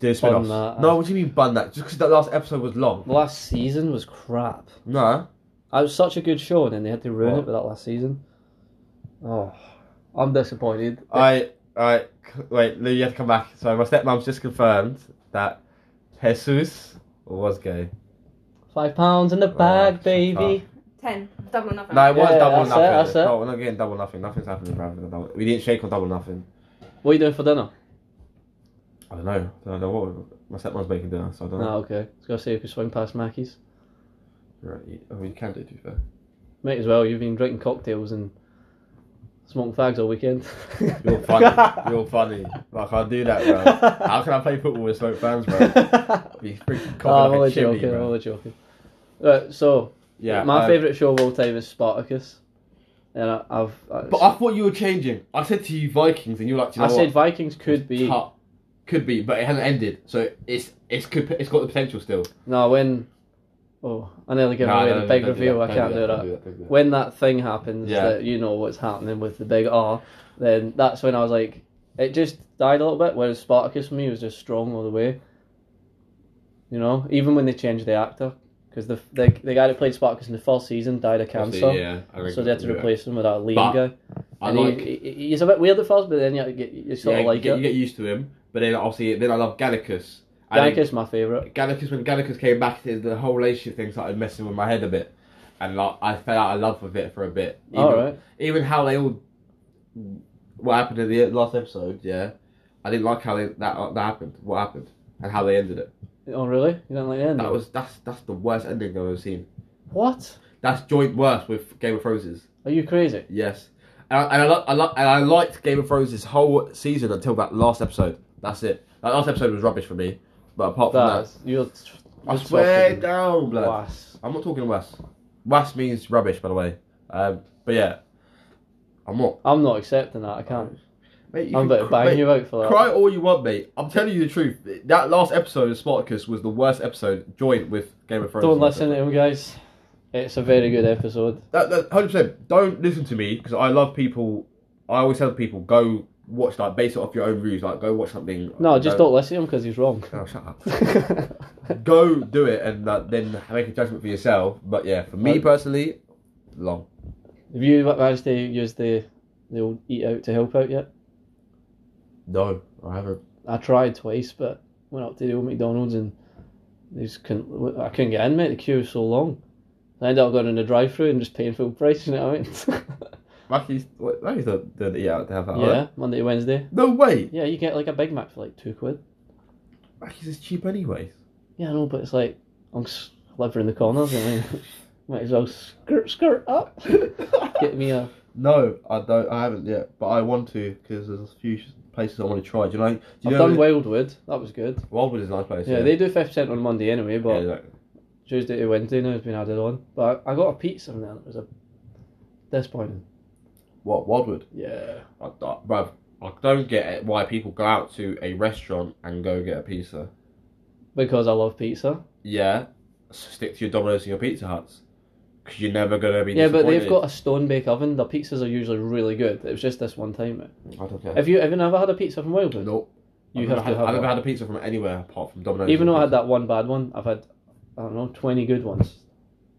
Do spin-offs.
that.
No, what do you mean bun that? Just because that last episode was long.
the last season was crap.
Nah.
It was such a good show, and then they had to ruin
What?
it with that last season. Oh, I'm disappointed.
I I wait, Lou, you have to come back. So my stepmom's just confirmed that Jesus was gay.
Five pounds in the
Oh,
bag,
shut
baby.
Ten. Double or nothing.
No, it was
Yeah,
double
that's
nothing.
it, that's it.
No, we're not getting double nothing. Nothing's happening, bro. We didn't shake on double nothing.
What are you doing for dinner?
I don't know. I don't know what my stepmom's making dinner, so I don't
No,
know.
okay. I was gonna say you could swing past Mackey's.
Right. you- I mean, you can do it, to be fair.
Might as well. You've been drinking cocktails and smoking fags all weekend.
You're funny. You're funny. Like I do that, bro. How can I play football with smoke fans, bro? Be freaking
No, Ah, I'm
cocky
only
like a chimney,
joking. I'm
bro.
only joking. Right, so
Yeah.
my
um,
favourite show of all time is Spartacus, and I, I've I,
But I thought you were changing. I said to you Vikings, and you were like, "Do you
I
know
said
what?
Vikings could be
Top. Could be, but it hasn't ended, so it's it's could it's got the potential still.
no when. Oh, I nearly gave
Nah,
away
no,
the
no,
big
don't do
reveal.
that,
I can't do that.
don't don't do that.
When that thing happens,
Yeah.
that you know what's happening with the big R, then that's when I was like, it just died a little bit. Whereas Spartacus for me was just strong all the way. You know, even when they changed the actor, because the, the the guy that played Spartacus in the first season died of cancer.
Yeah, I think
So they had to
yeah.
replace him with that lean
But
guy.
I
and
like.
he, he- he's a bit weird at first, but then you get you sort
yeah,
of like uh,
you, get,
it.
you get used to him, but then obviously then I love Gallicus. I think
Yankee's my favourite.
Gallicus when Gallicus came back, the the whole relationship thing started messing with my head a bit, and like I fell out of love with it for a bit. Even,
All right.
Even how they all what happened in the last episode, yeah, I didn't like how they, that that happened. What happened and how they ended it.
Oh really? You don't like the end?
That was that's that's the worst ending I've ever seen.
what?
That's joint worse with Game of Thrones.
Are you crazy?
Yes, and I, and I, lo- I, lo- and I liked Game of Thrones' whole season until that last episode. That's it. That last episode was rubbish for me. But apart from that,
That you're. tr-
I
you're
swear
talking
down, blood.
class.
I'm not talking West. West means rubbish, by the way. Um, but yeah, I'm not.
I'm not accepting that. I can't.
Mate, you
I'm
can
going to
cry-
bang
mate,
you out for that.
Cry all you want, mate. I'm telling you the truth. That last episode of Spartacus was the worst episode joined with Game of Thrones.
Don't listen to him, guys. It's a very good episode.
That, that, 100%. Don't listen to me because I love people. I always tell people go watch, like, base it off your own views. Like, go watch something.
No, just don't listen to him because he's wrong.
Oh, shut up. go do it and uh, then make a judgment for yourself. But yeah, for me
Right.
personally, long.
Have you managed to use the the old eat out to help out yet?
No, I haven't.
I tried twice, but went up to the old McDonald's and they just couldn't. I couldn't get in, mate. The queue was so long. I ended up going in the drive-through and just paying full price. You know what I mean?
Mackie's, what, Mackie's not doing it yet out to have that.
yeah,
right?
Monday to Wednesday.
No way.
Yeah, you get like a Big Mac for like two quid.
Mackie's is cheap anyways.
Yeah, I know, but it's like I'm s- living in the corners. I mean, might as well skirt skirt up. get me a
No, I don't. I haven't yet, but I want to because there's a few places I want to try. Do you know? Do you
I've
know
done
where-
Wildwood. That was good.
Wildwood is a nice place.
Yeah, they do fifty percent on Monday anyway,
Yeah,
but
like-
Tuesday to Wednesday now has been added on. But I got a pizza and then it was a disappointing.
what Wildwood?
Yeah.
I, I, bruv, I don't get it why people go out to a restaurant and go get a pizza.
Because I love pizza.
Yeah, so stick to your Domino's and your Pizza Huts because you're never gonna be.
Yeah, but they've got
disappointed.
a stone bake oven. Their pizzas are usually really good. It was just this one time. mate.
I don't care.
Have you ever never had a pizza from Wildwood?
no,
You
I've
have
never had,
to have
I've never
one.
had a pizza from anywhere apart from Domino's. and
Even though I had
Pizza
that one bad one, I've had I don't know twenty good ones.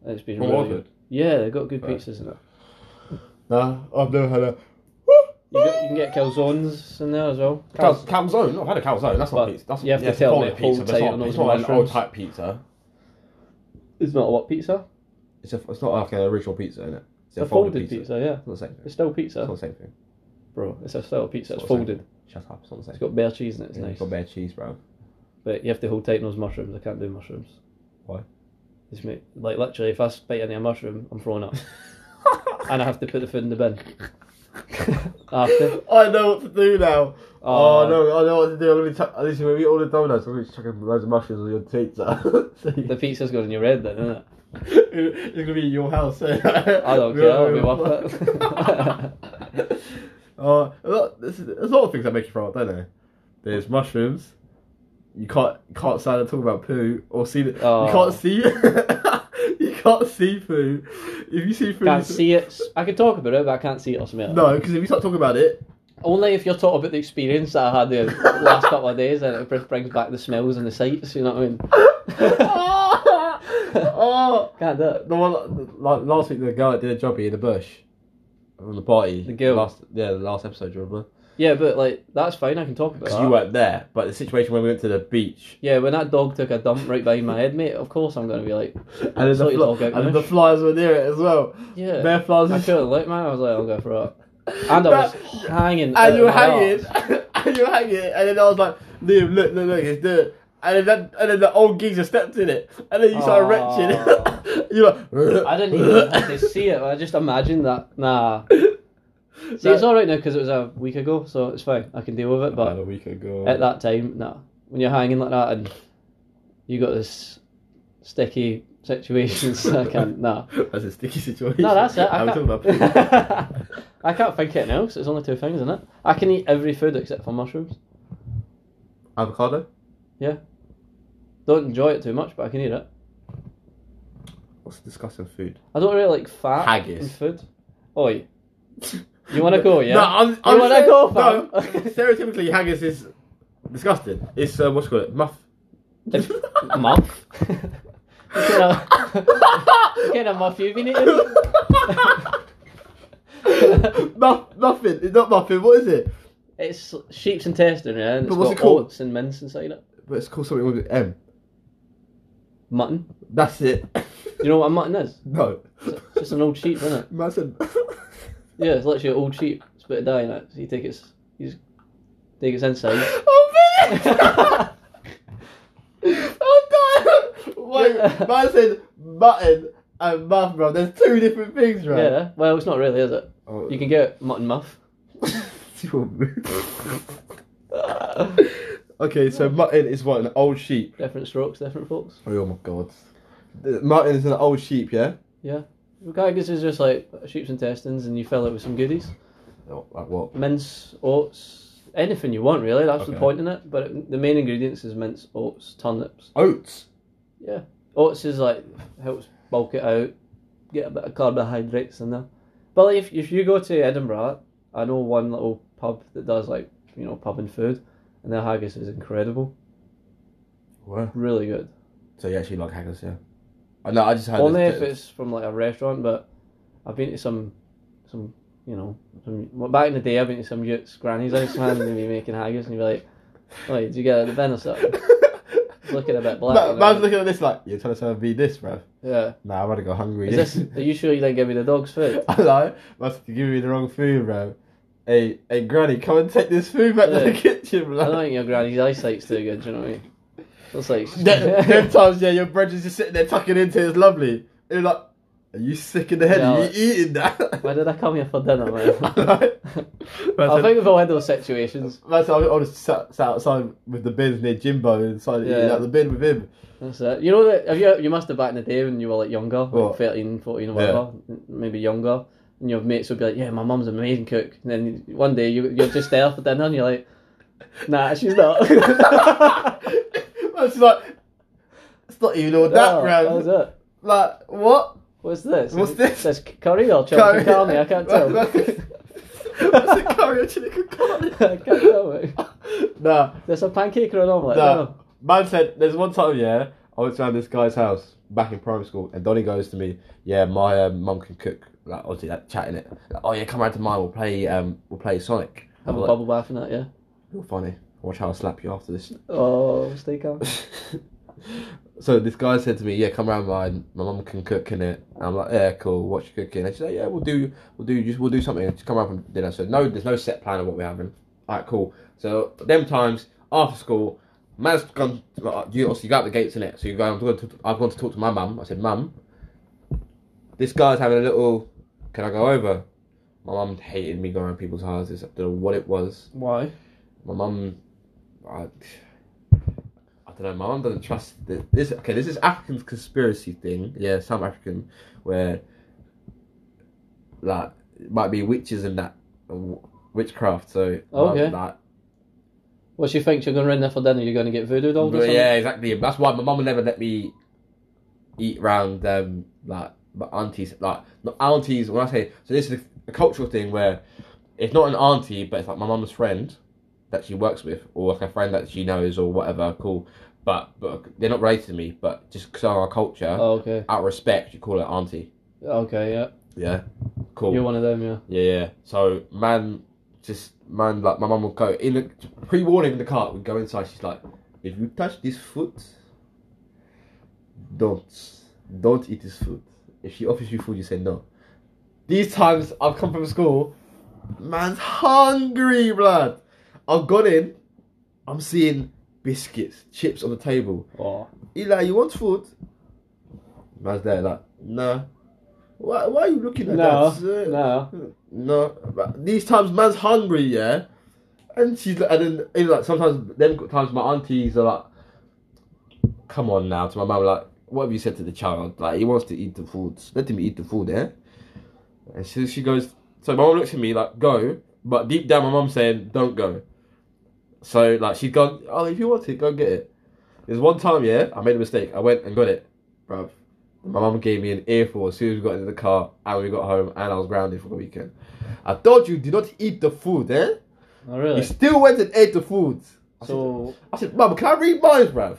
It's been
From
really
Wildwood?
good. Yeah, they've got good
Right.
pizzas in it.
Nah, I've never had a.
You, get, you can get calzones in there as well.
Cal- calzone. No, I've had a calzone. That's not
But
pizza. That's
you have to
yeah, it's
tell
called
me
a pizza,
hold
but it's
tight
not-
on those
It's not an
mushrooms.
old type pizza.
It's not a what pizza?
It's a, It's not like an original pizza in it. It's
It's a folded pizza. yeah.
It's not the same thing.
It's still
It's not
pizza,
the same thing.
bro. It's a style pizza. It's
Sort of same.
folded.
Shut up. It's not the same.
It's got bare cheese in it. It's
Yeah,
nice.
it's got bare cheese, bro.
But you have to hold tight on those mushrooms. I can't do mushrooms.
Why?
It's me. Like literally, if I bite any mushroom, I'm throwing up, and I have to put the food in the bin. After.
I know what to do now.
Oh.
no, I know what to do. I'm gonna chuck. Listen, when we eat all the donuts, I'm gonna chuck in loads of mushrooms on your pizza.
The pizza's going in your head then, isn't it?
it's gonna be in your house. I
I
don't
don't care. I'll be worth it.
Uh, a lot, there's, there's a lot of things that make you throw up, don't there? There's mushrooms. You can't can't stand to talk about poo or see. The,
Oh.
You can't see. you can't see poo. If you see poo,
can't
you-
see it. I can talk about it, but I can't see it or smell it.
No, because if you start talking about it,
Only if you're talking about the experience that I had the last couple of days, and it br- brings back the smells and the sights. You know what I mean?
oh,
can't do it.
the one like, last week, the guy that did a jobby in the bush from the party.
The girl.
Last, yeah, the last episode, do you remember?
Yeah, but like that's fine. I can talk about
Because
that.
you weren't there, but the situation when we went to the beach
Yeah, when that dog took a dump right behind my head, mate. Of course I'm gonna be like,
and then, the,
Sort your
fl-
dog out,
and then
Mish.
the flies were near it as well.
yeah.
Bare flies.
I
were-
couldn't look, man. I was like, I'll go for it. And I
That-
was hanging. out
and you were
my
hanging,
arse.
and you were hanging, and then I was like, Liam, look, look, look, it's dirt. And then, that, and then the old geezer stepped in it, and then you started
Aw.
retching. you were.
I didn't even have to see it. I just imagined that. Nah. See, it's
That-
all right now because it was a week ago, so it's fine. I can deal with it. But
a week ago.
at that time, nah. When you're hanging like that and you got this sticky situation, so I can't. Nah.
That's a sticky situation.
No, that's it. I
I'm talking about
can't, I can't think anything else. It's only two things, isn't it? I can eat every food except for mushrooms.
avocado.
Don't enjoy it too much, but I can eat it.
What's disgusting food?
I don't really like fat
Haggis.
in food. Oi, you want to go? Yeah.
No, I'm, I'm
wanna
saying-
go,
no,
fam?
stereotypically, haggis is disgusting. It's uh, what's it called it muff.
It's muff. Get a- Get a muff you've been eating.
Muff, muffin. It's not muffin. What is it?
It's sheep's intestine, yeah, and it's
But what's
got
it called?
oats and mince inside it.
But it's called something with an M.
Mutton.
That's it.
You know what a mutton is?
No.
It's just an old sheep, isn't it?
Mutton.
Yeah, it's literally an old sheep. It's It's a bit of dye in it. So you take it, s- you just take its inside.
Oh, I'm finished! I'm done! Wait,
Yeah.
man said mutton and muff, bro. There's two different things, right?
Yeah. Well, it's not really, is it?
Oh.
You can get mutton muff.
okay, so mutton is what? An old sheep?
Different strokes, different folks.
Oh my god. The- Mutton is an old sheep, yeah?
Haggis is just like sheep's intestines, and you fill it with some goodies,
Oh, like what?
mince, oats, anything you want really. That's the
Okay.
point in it. But it, the main ingredients is mince, oats, turnips.
Oats.
Oats is like helps bulk it out, get a bit of carbohydrates in there. But like, if if you go to Edinburgh, I know one little pub that does like you know pub and food, and their haggis is incredible,
What?
really good.
So you actually like haggis, yeah? I know, I just had
Only
this-
if it's from like a restaurant, but I've been to some, some you know, some, well, back in the day I've been to some Utes granny's house and they'd be making haggis and you'd be like, oh, did you get out of the bin or something? Looking a bit black,
Ma-
you know.
Man's looking at this like, you're trying to serve me this, bro.
Yeah.
Nah, I'm gonna go hungry.
Is this? Are you sure you didn't give me the dog's food?
Hello, must be giving me the wrong food, bro. Hey, hey, Granny, come and take this food back to the
Yeah.
kitchen,
I don't
bro.
think your granny's eyesight's too good. Do you know what I mean? Looks like she's-
Then then times, yeah, your bread is just sitting there tucking into it's lovely. And you're like, are you sick in the head?
Yeah,
are you
like-
eating that?
Why did I come here for dinner, man? I think
I
we've all had those situations.
That's how I just sat, sat outside with the bins near Jimbo and started eating
Yeah.
out the bin with him.
That's it. You know that have you you must have back in the day when you were like younger, like
What?
13, 14 or whatever, m- maybe younger, and your mates would be like, "Yeah, my mum's an amazing cook." And then one day you you're just there for dinner and you're like, "Nah, she's not."
That's like, it's not even all that,
No,
bro.
That's Oh, it.
Like, what?
What's this?
What's this?
This curry or chicken carne? I can't tell.
What's a curry or chili con carne?
I can't tell. Mate.
Nah,
There's a pancake or an omelette. I don't
nah.
know.
Man said, there's one time, yeah, I went around this guy's house back in primary school, and Donnie goes to me, yeah, my um, mum can cook. Like, obviously, like, chatting it. Like, oh, yeah, come round to mine, we'll play, um, we'll play Sonic. I'm
Have a
like,
bubble bath in that, yeah.
You're funny. Watch how I slap you after this.
Oh, stay calm.
so this guy said to me, "Yeah, come round mine. My mum can cook in it." And I'm like, "Yeah, cool. What you cooking?" And she's like, "Yeah, we'll do, we'll do, just we'll do something. Just come round for dinner." So no, there's no set plan of what we're having. All right, cool. So them times after school, man's gone. uh, You obviously got the gates in it. So you go. I'm going to. I've gone to talk to my mum. I said, "Mum, this guy's having a little. Can I go over?" My mum hated me going around people's houses. I don't know what it was.
Why?
My mum, I, I don't know. My mum doesn't trust the, this. Okay, this is African conspiracy thing. Yeah, South African, where like it might be witches and that and w- witchcraft. So like,
Okay.
like-
Well, she thinks you're going to in there for dinner. You're going to get voodoo dolled or
but
something.
yeah, exactly. That's why my mum would never let me eat round um like my aunties like not aunties. When I say so, this is a cultural thing where it's not an auntie, but it's like my mum's friend that she works with, or like a friend that she knows, or whatever. Cool, but but they're not related to me. But just because of our culture,
Oh, okay.
out of respect, you call her auntie.
Okay, yeah.
Yeah, cool.
You're one of them, yeah.
Yeah, yeah. So man, just man, like my mum would go in the pre-warning in the car. We'd go inside. She's like, if you touch this food, don't, don't eat this food. If she offers you food, you say no. These times I've come from school, man's hungry, blood. I've gone in. I'm seeing biscuits, chips on the table.
Oh.
Eli, you want food? Man's there like, nah. Why, why are you looking at
No,
that? sir?"
no.
No, but these times man's hungry, yeah. And she's like, and then you know, like sometimes them got times my aunties are like, come on now to my mum like, what have you said to the child? Like he wants to eat the food, let him eat the food, eh? And she she goes, so my mum looks at me like go, but deep down my mum's saying don't go. So like she's gone. Oh, if you want it, go get it. There's one time, yeah, I made a mistake. I went and got it, bruv. My mum gave me an earful as soon as we got into the car and we got home, and I was grounded for the weekend. I told you, do not eat the food, eh?
Oh,
You
really?
still went and ate the food. I said,
So,
I said, Mum, can I read mine, bruv?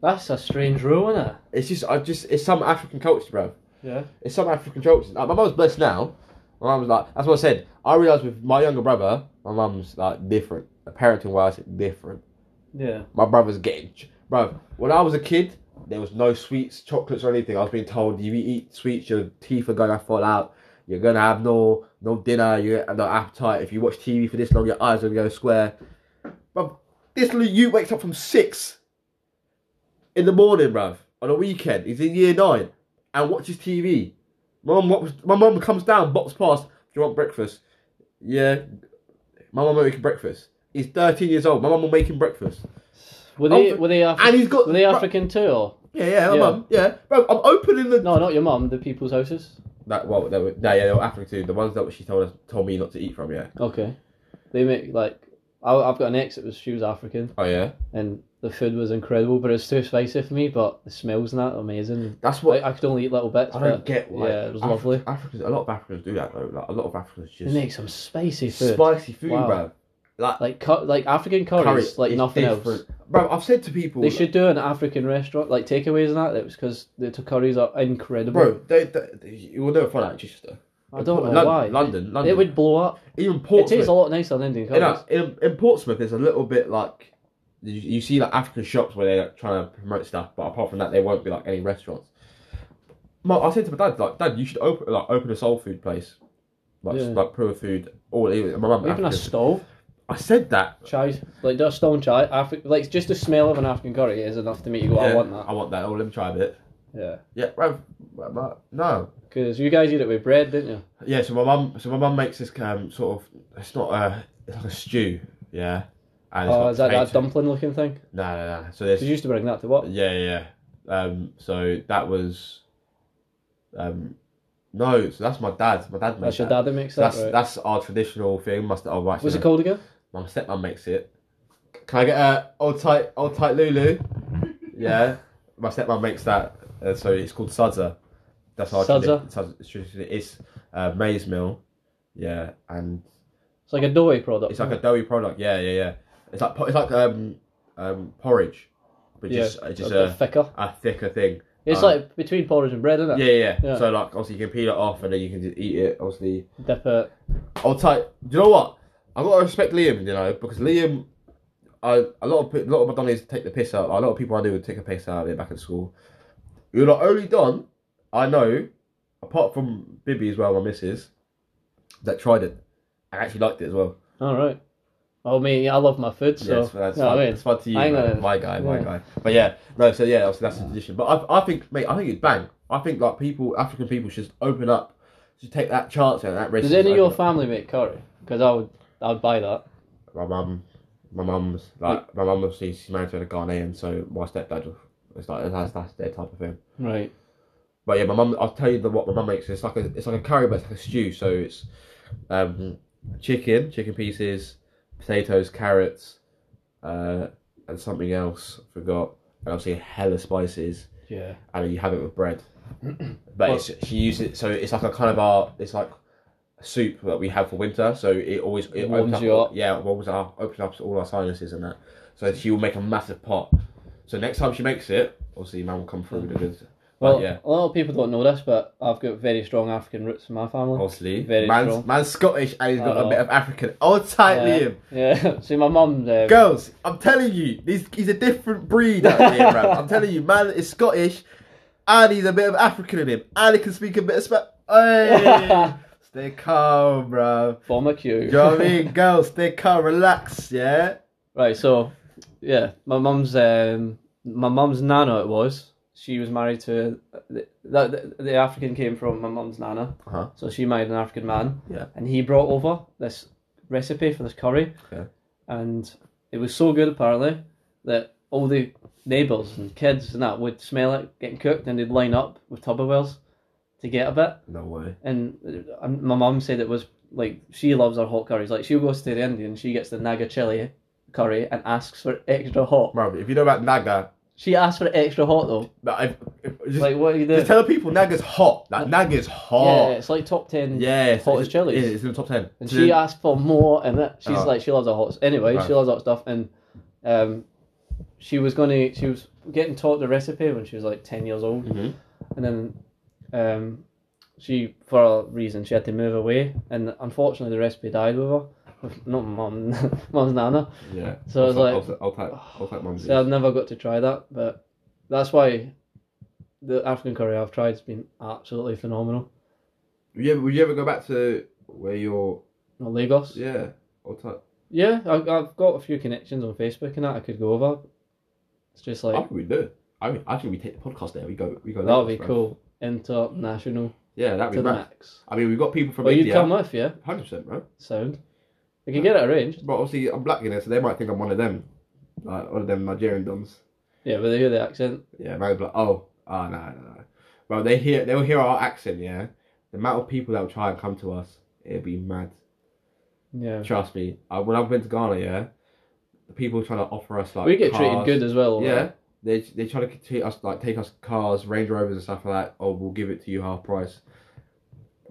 that's a strange rule, isn't it?
It's just, I just, it's some African culture, bruv.
Yeah.
It's some African culture. Like, my mum's blessed now. My mum's like, that's what I said. I realised with my younger brother, my mum's like different. Parenting wise, different.
Yeah.
My brother's getting, ch- bruv. When I was a kid, there was no sweets, chocolates, or anything. I was being told, if you eat sweets, your teeth are going to fall out. You're gonna have no no dinner. You have no appetite. If you watch TV for this long, your eyes are gonna go square. But this little you wakes up from six in the morning, bruv, on a weekend. He's in year nine and watches TV. My mum, walks- my mum comes down, box past. Do you want breakfast? Yeah. My mum making breakfast. He's 13 years old. My mum will make him breakfast.
Were they
Oh,
were they Af-
and he's got-
were they
right.
African too or
Yeah, yeah, my
Yeah.
mum. Yeah. Bro, I'm opening the.
no? Not your mum. The people's houses.
That, well, they were, no, yeah, they were African too. The ones that she told us told me not to eat from, yeah.
Okay, they make like I, I've got an ex that was she was African
Oh, yeah.
and the food was incredible, but it's too spicy for me. But the smells and that amazing.
That's what.
Like, I could only eat little bits.
I
but
don't get why.
Yeah, it was
Af-
lovely.
Africans, a lot of Africans do that though. Like a lot of Africans
They
just
make some spicy food.
spicy food,
Wow.
bro. Like,
like cu- like African curries, like
is
nothing else.
different. Bro, I've said to people,
They should do an African restaurant, like takeaways and that. It was because the t- curries are incredible.
bro. They, they, you will never find that in Chichester.
I don't know
Lon-
why.
London, London.
It would blow up.
even
It
Portsmouth.
tastes a lot nicer than Indian
in,
curries.
uh, in, in Portsmouth, there's a little bit like you, you see like African shops where they're like, trying to promote stuff, but apart from that, there won't be like any restaurants. My, I said to my dad, like, Dad, you should open like open a soul food place, like
Yeah.
like pure food. All even my mum.
Even a
African.
stove,
I said that.
chai, like just stone chai, Afri- like just the smell of an African curry is enough to make you go, I
Yeah,
want that.
I want that. Oh, let me try a bit.
Yeah,
Yeah, right. right, right. No.
because you guys eat it with bread, didn't you?
Yeah. So my mum. So my mum makes this um sort of. It's not a. It's like a stew. Yeah. And it's
Oh,
got
is that that
potato-
dumpling looking thing?
No, no, no. So there's
'Cause you used to bring that to what?
Yeah, yeah. yeah. Um, so that was, um, no. So that's my dad. My dad
That's
makes
your
that.
dad that makes
So
that.
that's
right?
that's our traditional thing. Must oh, right,
What's
so
it called again?
My stepmom makes it. Can I get a old tight, old tight Lulu? yeah, my stepmom makes that. Uh, so it's called Sudza. That's our
Sudza?
tradi- Sudza- tradition. It's uh, maize meal. Yeah, and
It's like a doughy product.
it's like a doughy product. Yeah, yeah, yeah. It's like po- it's like um um porridge, but
yeah,
just uh, just
a bit
a,
thicker.
a thicker thing.
It's
um,
like between porridge and bread, isn't it?
Yeah, yeah,
Yeah.
yeah. So like, obviously, you can peel it off and then you can just eat it. Obviously,
Dip it.
I'll type. Do you know what? I gotta respect Liam, you know, because Liam, I a lot of pe- a lot of my done is take the piss out. A lot of people I knew would take a piss out of it back at school. You're the only don I know, apart from Bibby as well, my missus, that tried it and actually liked it as well.
All right. Well, me, I love my food, so
yeah, so that's,
no,
fun.
I mean,
that's fun to you,
hang
man.
on.
my guy, my
Yeah.
guy. But yeah, no, so yeah, obviously that's the tradition. But I, I think, mate, I think it's bang. I think like people, African people, should open up, should take that chance and that risk.
does any of your
Open up.
family make curry? Because I would, I would buy that.
My mum, my mum's like my mum obviously she's married to a Ghanaian, so my stepdad was- it's like that's that's their type of thing.
Right.
But yeah, my mum, I'll tell you the, what my mum makes. It's like a it's like a curry, but it's like a stew. So it's um, chicken, chicken pieces, potatoes, carrots, uh, and something else. I forgot. And obviously hella spices,
Yeah.
and you have it with bread. But it's, she uses it, so it's like a kind of our it's like a soup that we have for winter. So it always it
Warms
opens
you
all-
up.
Yeah, it warms up, opens up all our sinuses and that. So she will make a massive pot. So next time she makes it, obviously, mum will come through with the goods.
Well,
But yeah.
a lot of people don't know this, but I've got very strong African roots in my family.
Obviously,
Very
man's,
strong.
man's Scottish and he's got
Oh.
a bit of African. Old tight
yeah.
Liam.
Uh, Yeah. See, my mum's. Um,
Girls, I'm telling you, he's, he's a different breed out here, bro. I'm telling you, man is Scottish and he's a bit of African in him. And he can speak a bit of Spanish. Hey, stay calm, bro.
Former Q.
Do you know what I mean? Girls, stay calm, relax, yeah?
Right, so yeah, my mum's um, my mum's nana it was. She was married to the, the, the African came from my mum's nana,
Uh-huh.
so she married an African man.
Yeah.
and he brought over this recipe for this curry,
Okay.
and it was so good apparently that all the neighbours and kids and that would smell it getting cooked, and they'd line up with Tupperwares to get a bit.
No way.
And uh, um, my mum said it was like she loves her hot curries. Like she'll go to the Indian, she gets the naga chili curry and asks for extra hot.
Bro, if you know about Naga,
She asked for extra hot though.
but if, if, just,
Like what are you doing?
just tell the people Naga's hot. Like, Naga's
yeah,
hot.
it's like top ten.
Yeah, it's,
hottest chilies.
It's, it's in the top 10.
And
So
she uh,
then-
asked for more, and that she's
Oh.
like she loves her hot. Anyway,
Right.
she loves hot stuff, and um, she was gonna she was getting taught the recipe when she was like ten years old,
Mhm.
and then um, she for a reason she had to move away, and unfortunately the recipe died with her. Not my mum, mum's nana.
Yeah.
So I was
I'll-
like-
I'll, I'll type, I'll type mum's.
So I've never got to try that, but that's why the African curry I've tried has been absolutely phenomenal.
Would you ever, would you ever go back to where you're?
Or Lagos.
Yeah, old type.
Yeah, I, I've got a few connections on Facebook and that I could go over. It's just
I
like
think we do. I mean, I think we take the podcast there. We go. We go.
that'll be
Lagos, bruv.
cool. International
Yeah, that'd
to
be
the
mad.
max.
I mean, we've got people from
Well, you come
India.
with, yeah?
Hundred percent, bro.
Sound. We can get it arranged.
But obviously, I'm black in there, so they might think I'm one of them, like one of them Nigerian dons.
Yeah, but they hear the accent.
Yeah, man's like, oh, ah, no, no, no. But they hear, they'll hear our accent. Yeah, the amount of people that will try and come to us, it'll be mad.
Yeah.
Trust me. I, when I went to Ghana, yeah, the people trying to offer us like
we get
cars.
treated good as well. like,
Yeah, they they try to treat us like take us cars, Range Rovers and stuff like that. Oh, we'll give it to you half price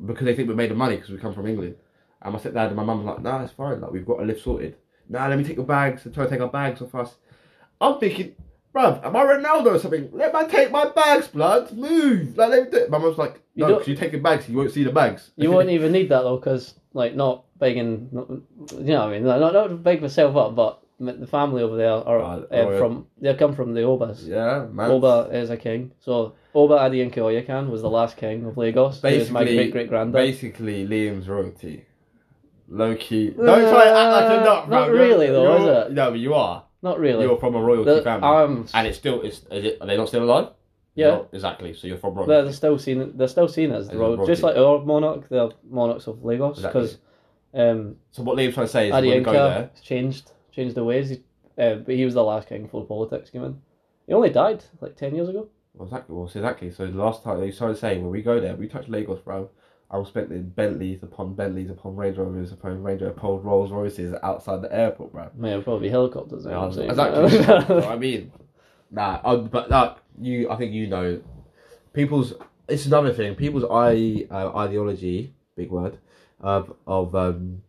because they think we made the money because we come from England. And my stepdad and my mum were like, nah, it's fine. Like we've got a lift sorted. Nah, let me take your bags. They're trying to take our bags off us. I'm thinking, bruv, am I Ronaldo or something? Let me take my bags, blood. Move. Like let me do it. My mum's like,
You
no,
don't-
because you take your bags, you won't see the bags.
You won't even need that though, because like not begging, not, you know what I mean. Like, not not to beg myself up, but m- the family over there are
Ah,
uh,
oh, yeah.
from they come from the Obas.
yeah, man.
Oba is a king, so Oba Adeyinka Oyekan was the last king of Lagos. He was my
Basically-
great great granddad.
Basically, Liam's royalty. Low key. Don't try to act like you're not,
Uh,
bro.
not
You're-
really though,
you're-
is it?
No, but you are.
Not really.
You're from a royalty
The-
family.
I'm-
and it's still, it's, is it, are they not still alive?
Yeah.
No, exactly. So you're from royalty.
They're, they're still seen. They're still seen as the
As a
royal, just
royalty.
like our monarch. They're monarchs of Lagos
Exactly.
because um,
so what Liam's trying to say is, we're going to go there.
Adeyinka changed changed the ways. He, uh, but he was the last king before politics came in. He only died like ten years ago.
Well, exactly. Well, so exactly. So the last time they started saying, when we go there, we touch Lagos, bro. I was spent in Bentleys upon Bentleys upone Range Rovers upon Range Rover upon Rolls Royces outside the airport, bro.
Man, it'll probably be helicopters.
Yeah,
now, so-
exactly. You know what I mean, nah, I, but like you, I think you know, people's. It's another thing. People's i uh, ideology, big word, of of um,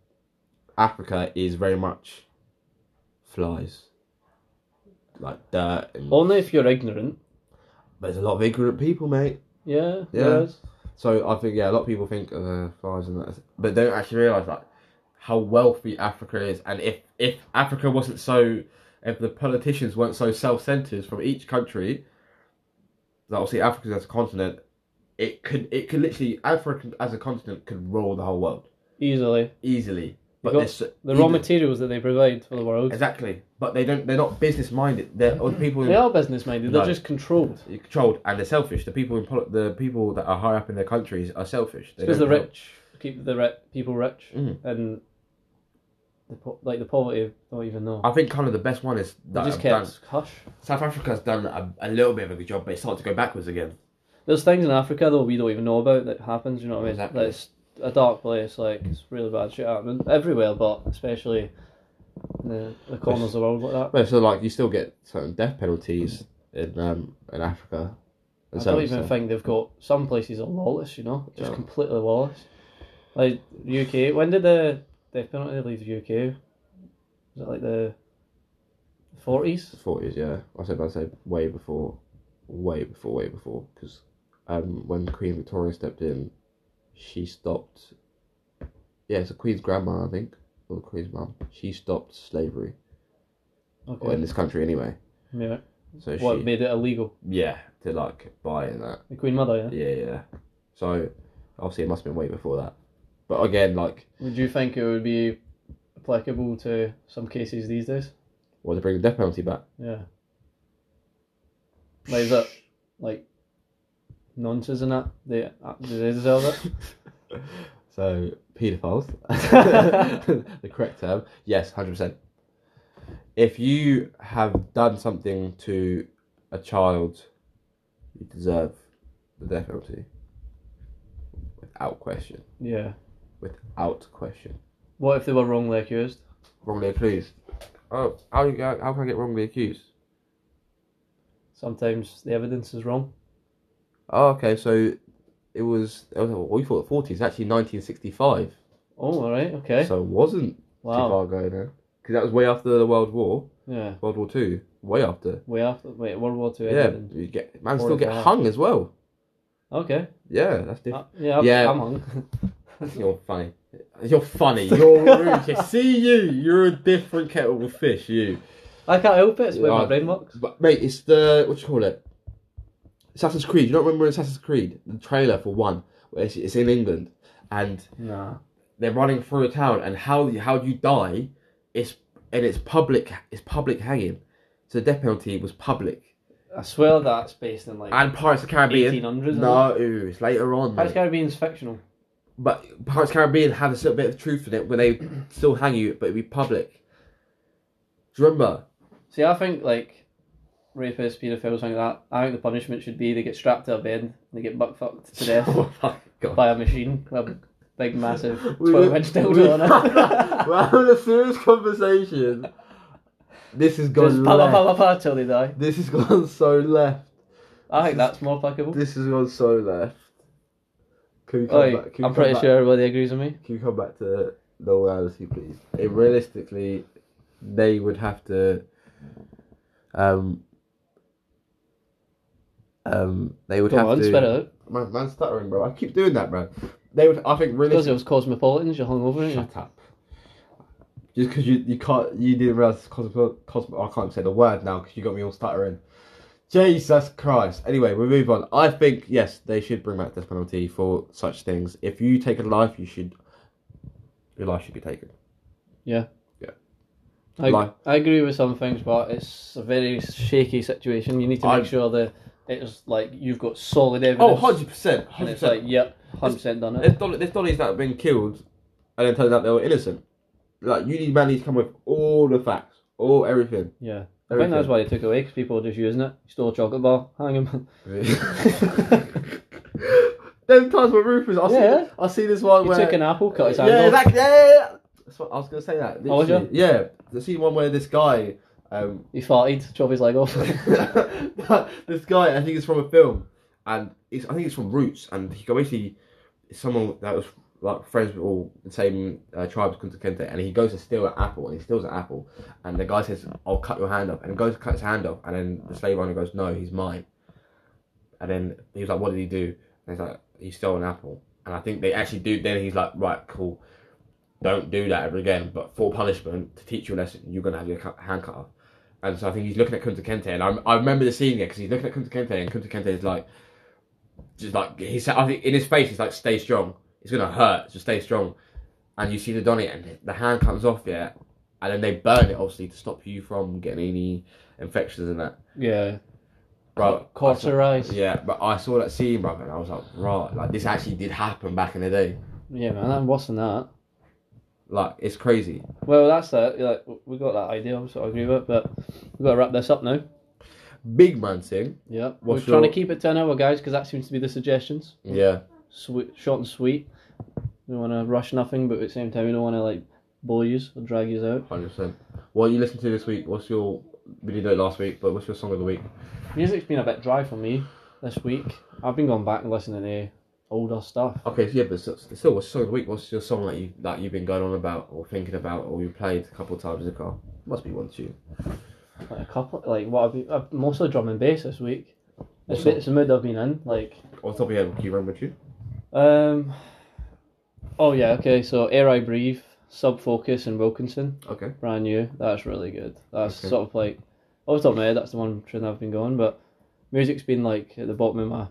Africa is very much flies, like dirt. And,
Only if you're ignorant.
there's a lot of ignorant people, mate.
Yeah.
Yeah.
there is.
So I think yeah, a lot of people think uh, flies and that, but they don't actually realize like how wealthy Africa is, and if if Africa wasn't so, if the politicians weren't so self-centered from each country, that obviously Africa as a continent, it could it could literally Africa as a continent could rule the whole world
Easily.
easily. But
got
there's so-
The raw
even-
materials that they provide for the world.
exactly, but they don't. They're not business minded. They're or the people. in-
They are business minded. They're
No.
just controlled.
You're controlled and they're selfish. The people in poli- the people that are high up in their countries are selfish. They
Because the
don't help.
rich keep the ri- people rich,
Mm.
and the po- like the poverty don't even know.
I think kind of the best one is
They
that
just
I've done-
kept hush.
South Africa's done a, a little bit of a good job, but it's starting to go backwards again.
There's things in Africa though we don't even know about that happens. You know what I mean?
Exactly.
Like, it's a dark place. Like it's really bad shit happening everywhere, but especially in the, the corners of the world like that.
Well, so like you still get certain death penalties in um in Africa.
I don't even think they've got some places are lawless, you know, just
Yeah.
completely lawless. Like UK, when did the death penalty leave the UK? Was it like the forties?
forties. Yeah, I said I said way before, way before, way before, because um when Queen Victoria stepped in, she stopped. Yeah, it's the Queen's grandma, I think, or the Queen's mum. She stopped slavery,
Okay.
or in this country anyway.
yeah.
So
What
she,
made it illegal?
yeah, to like buy and that.
The Queen Mother, yeah.
Yeah, yeah. So obviously it must have been way before that. But again, like,
Would you think it would be applicable to some cases these days?
well, to bring the death penalty back.
Yeah. Like is that like nonsense and that? They do they deserve it?
So paedophiles, the correct term. Yes, hundred percent. If you have done something to a child, you deserve the death penalty. Without question.
yeah.
Without question.
What if they were wrongly accused?
Wrongly accused. Oh, how you how can I get wrongly accused?
Sometimes the evidence is wrong.
Oh, okay. So it was. It was we thought the forties. Actually, nineteen sixty-five.
Oh, all right, okay.
So it wasn't too
wow.
far ago now. Because that was way after the World War,
Yeah.
World War Two, way after.
Way after, wait, World War Two.
Yeah,
ended.
you get man still get
45.
hung as well.
Okay.
Yeah, that's different.
Uh, yeah, I'm,
Yeah.
I'm hung.
You're funny. You're funny. You're rude. You See you. You're a different kettle of fish. You.
I can't help it. It's where
Yeah.
my brain works.
But mate, it's the what you call it. Assassin's Creed. You don't remember Assassin's Creed? The trailer for one. Where it's, it's in England, and
Nah.
they're running through a town, and how you- how you die, it's and it's public. It's public hanging. So the death penalty was public.
I swear that's based in like
And Pirates of the Caribbean.
1800s.
No, it's later on.
Pirates
mate.
of the Caribbean's fictional.
But Pirates of the Caribbean have a little bit of truth in it, where they still hang you, but it'd be public. Do you remember?
See, I think like rapists, paedophiles, something like that. I think the punishment should be they get strapped to a bed and they get butt fucked to death
Oh my god.
by a machine with a big, massive
We-
twelve-inch
we-
dildo on it.
We're having a serious conversation. This has gone
Just pa pa
left.
pa pa pa till they die.
This has gone so left.
I think
is-
that's more applicable.
This has gone so left. Can we come
Oi,
back? Can we
I'm
come
pretty
back-
sure everybody agrees with me.
Can you come back to normality, please? It, realistically, they would have to. Um. Um. They would have
Come on,
to.
spit it out.
Man, man's stuttering, bro. I keep doing that, bro. They would. I think
Because
realistically.
it was Cosmopolitans, you're hungover, aren't you?
Shut up. Just because you, you can't you didn't realize cosmo, cosmo I can't say the word now because you got me all stuttering. Jesus Christ. Anyway, we move on. I think yes, they should bring back death penalty for such things. If you take a life, you should your life should be taken.
I,
Lie.
I agree with some things, but it's a very shaky situation. You need to make
I-
sure that it's like you've got solid evidence.
Oh, 100 percent,
And
hundred
it's like,
percent.
yep, 100% done it.
There's dollies, there's dollies that have been killed, and it turns out they were innocent. Like you need man needs to come with all the facts, all everything.
Yeah. I think that's
Everything.
why they took it away, because people were just using it. Stole a chocolate bar, hang him.
Them times where Rufus, I
Yeah.
see, I see this one
He
where
took an apple, cut his hand
yeah,
off.
exactly. Yeah, yeah, yeah. That's what I was gonna say. That
Oh, was
literally. yeah, I see one where this guy, um,
He farted, chopped his leg off.
this guy, I think it's from a film, and it's, I think it's from Roots, and he got basically someone that was like friends with all the same uh, tribes come to Kente, and he goes to steal an apple, and he steals an apple, and the guy says, "I'll cut your hand off," and he goes to cut his hand off, and then the slave owner goes, "No, he's mine," and then he was like, "What did he do?" And he's like, "He stole an apple," and I think they actually do. Then he's like, "Right, cool." Don't do that ever again, but for punishment to teach you a lesson, you're gonna have your cu- hand cut off. And so I think he's looking at Kunta Kente, and I, I remember the scene there because he's looking at Kunta Kente, and Kunta Kente is like, just like he said, I think in his face he's like, "Stay strong. It's gonna hurt. Just stay strong." And you see the Donny, and the hand comes off, yeah, and then they burn it obviously to stop you from getting any infections and that.
yeah.
Bro,
Cauterized. Yeah.
yeah, but I saw that scene, brother, and I was like, right, like this actually did happen back in the day.
man, that- what's in that?
Like it's crazy.
Well, that's that. Like, we got that idea, I'm sort of agree with it, but we've got to wrap this up now.
Big man thing.
Yeah.
What's
We're trying
your-
to keep it to an hour, guys, because that seems to be the suggestions.
Yeah.
sweet, short and sweet. We don't want to rush nothing, but at the same time, we don't want to like bore you or drag you out.
Hundred percent. What you listen to this week? What's your? We did it last week, but what's your song of the week?
Music's been a bit dry for me this week. I've been going back and listening to older stuff.
Okay, so yeah, but s- still, what's song of the week? What's your song that you that you've been going on about or thinking about or you played a couple of times in the car? Must be one tune.
Like a couple, like what I've been uh, mostly drum and bass this week. It's,
Awesome.
been- it's the mood I've been in. Like,
Off the top of your head, can you remember a tune?
um, oh yeah, okay. So air I breathe, sub focus, and Wilkinson,
Okay.
brand new. That's really good. That's
Okay.
sort of like off the top of my head. That's the one trend I've been going. But music's been like at the bottom of my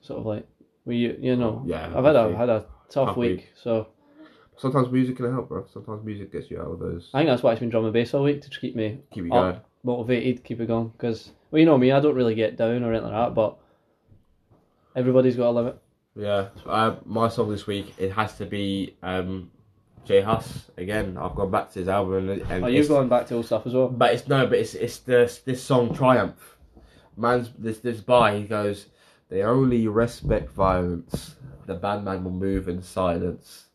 sort of like we you, you know
Yeah.
I've had a
okay.
had a tough
Tough
week,
week.
so
Sometimes music can help, bro. Sometimes music gets you out of those.
I think that's why it's been drum and bass all week to keep me
Keep you
Oh.
going.
motivated, keep it going. Because well, you know me, I don't really get down or anything like that, but everybody's got a limit.
Yeah, uh, my song this week it has to be um, Jay Huss again. I've gone back to his album and, and
Are
it's-
you going back to old stuff as well?
But it's no, but it's it's this this song Triumph. Man's this this guy he goes. They only respect violence. The bandman will move in silence.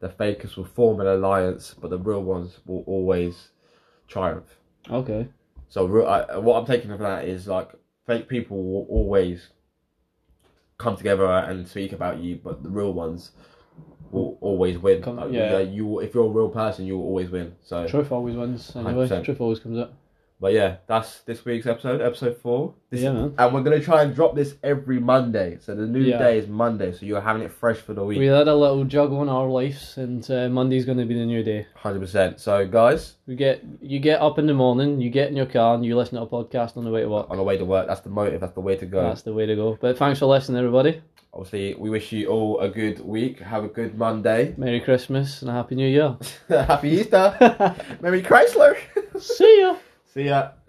The fakers will form an alliance, but the real ones will always triumph.
Okay,
So re- I, what I'm taking from that is like fake people will always come together and speak about you, but the real ones will always win.
Come-
Like,
yeah.
you, you will- if you're a real person, you will always win. So
truth always wins anyway.
100%.
Truth always comes out.
But yeah, that's this week's episode, episode four. This
Yeah, man.
And we're gonna try and drop this every Monday. So the new
Yeah.
day is Monday, so you're having it fresh for the week.
We had a little juggle in our lives, and uh, Monday's going to be the new day.
Hundred percent. So guys,
We get you get up in the morning, you get in your car, and you listen to a podcast on the way to work.
on the way to work, that's the motive, that's the way to go.
That's the way to go. But thanks for listening, everybody.
Obviously, we wish you all a good week. Have a good Monday.
Merry Christmas and a Happy New Year.
Happy Easter. Merry Chrysler.
See ya.
See ya.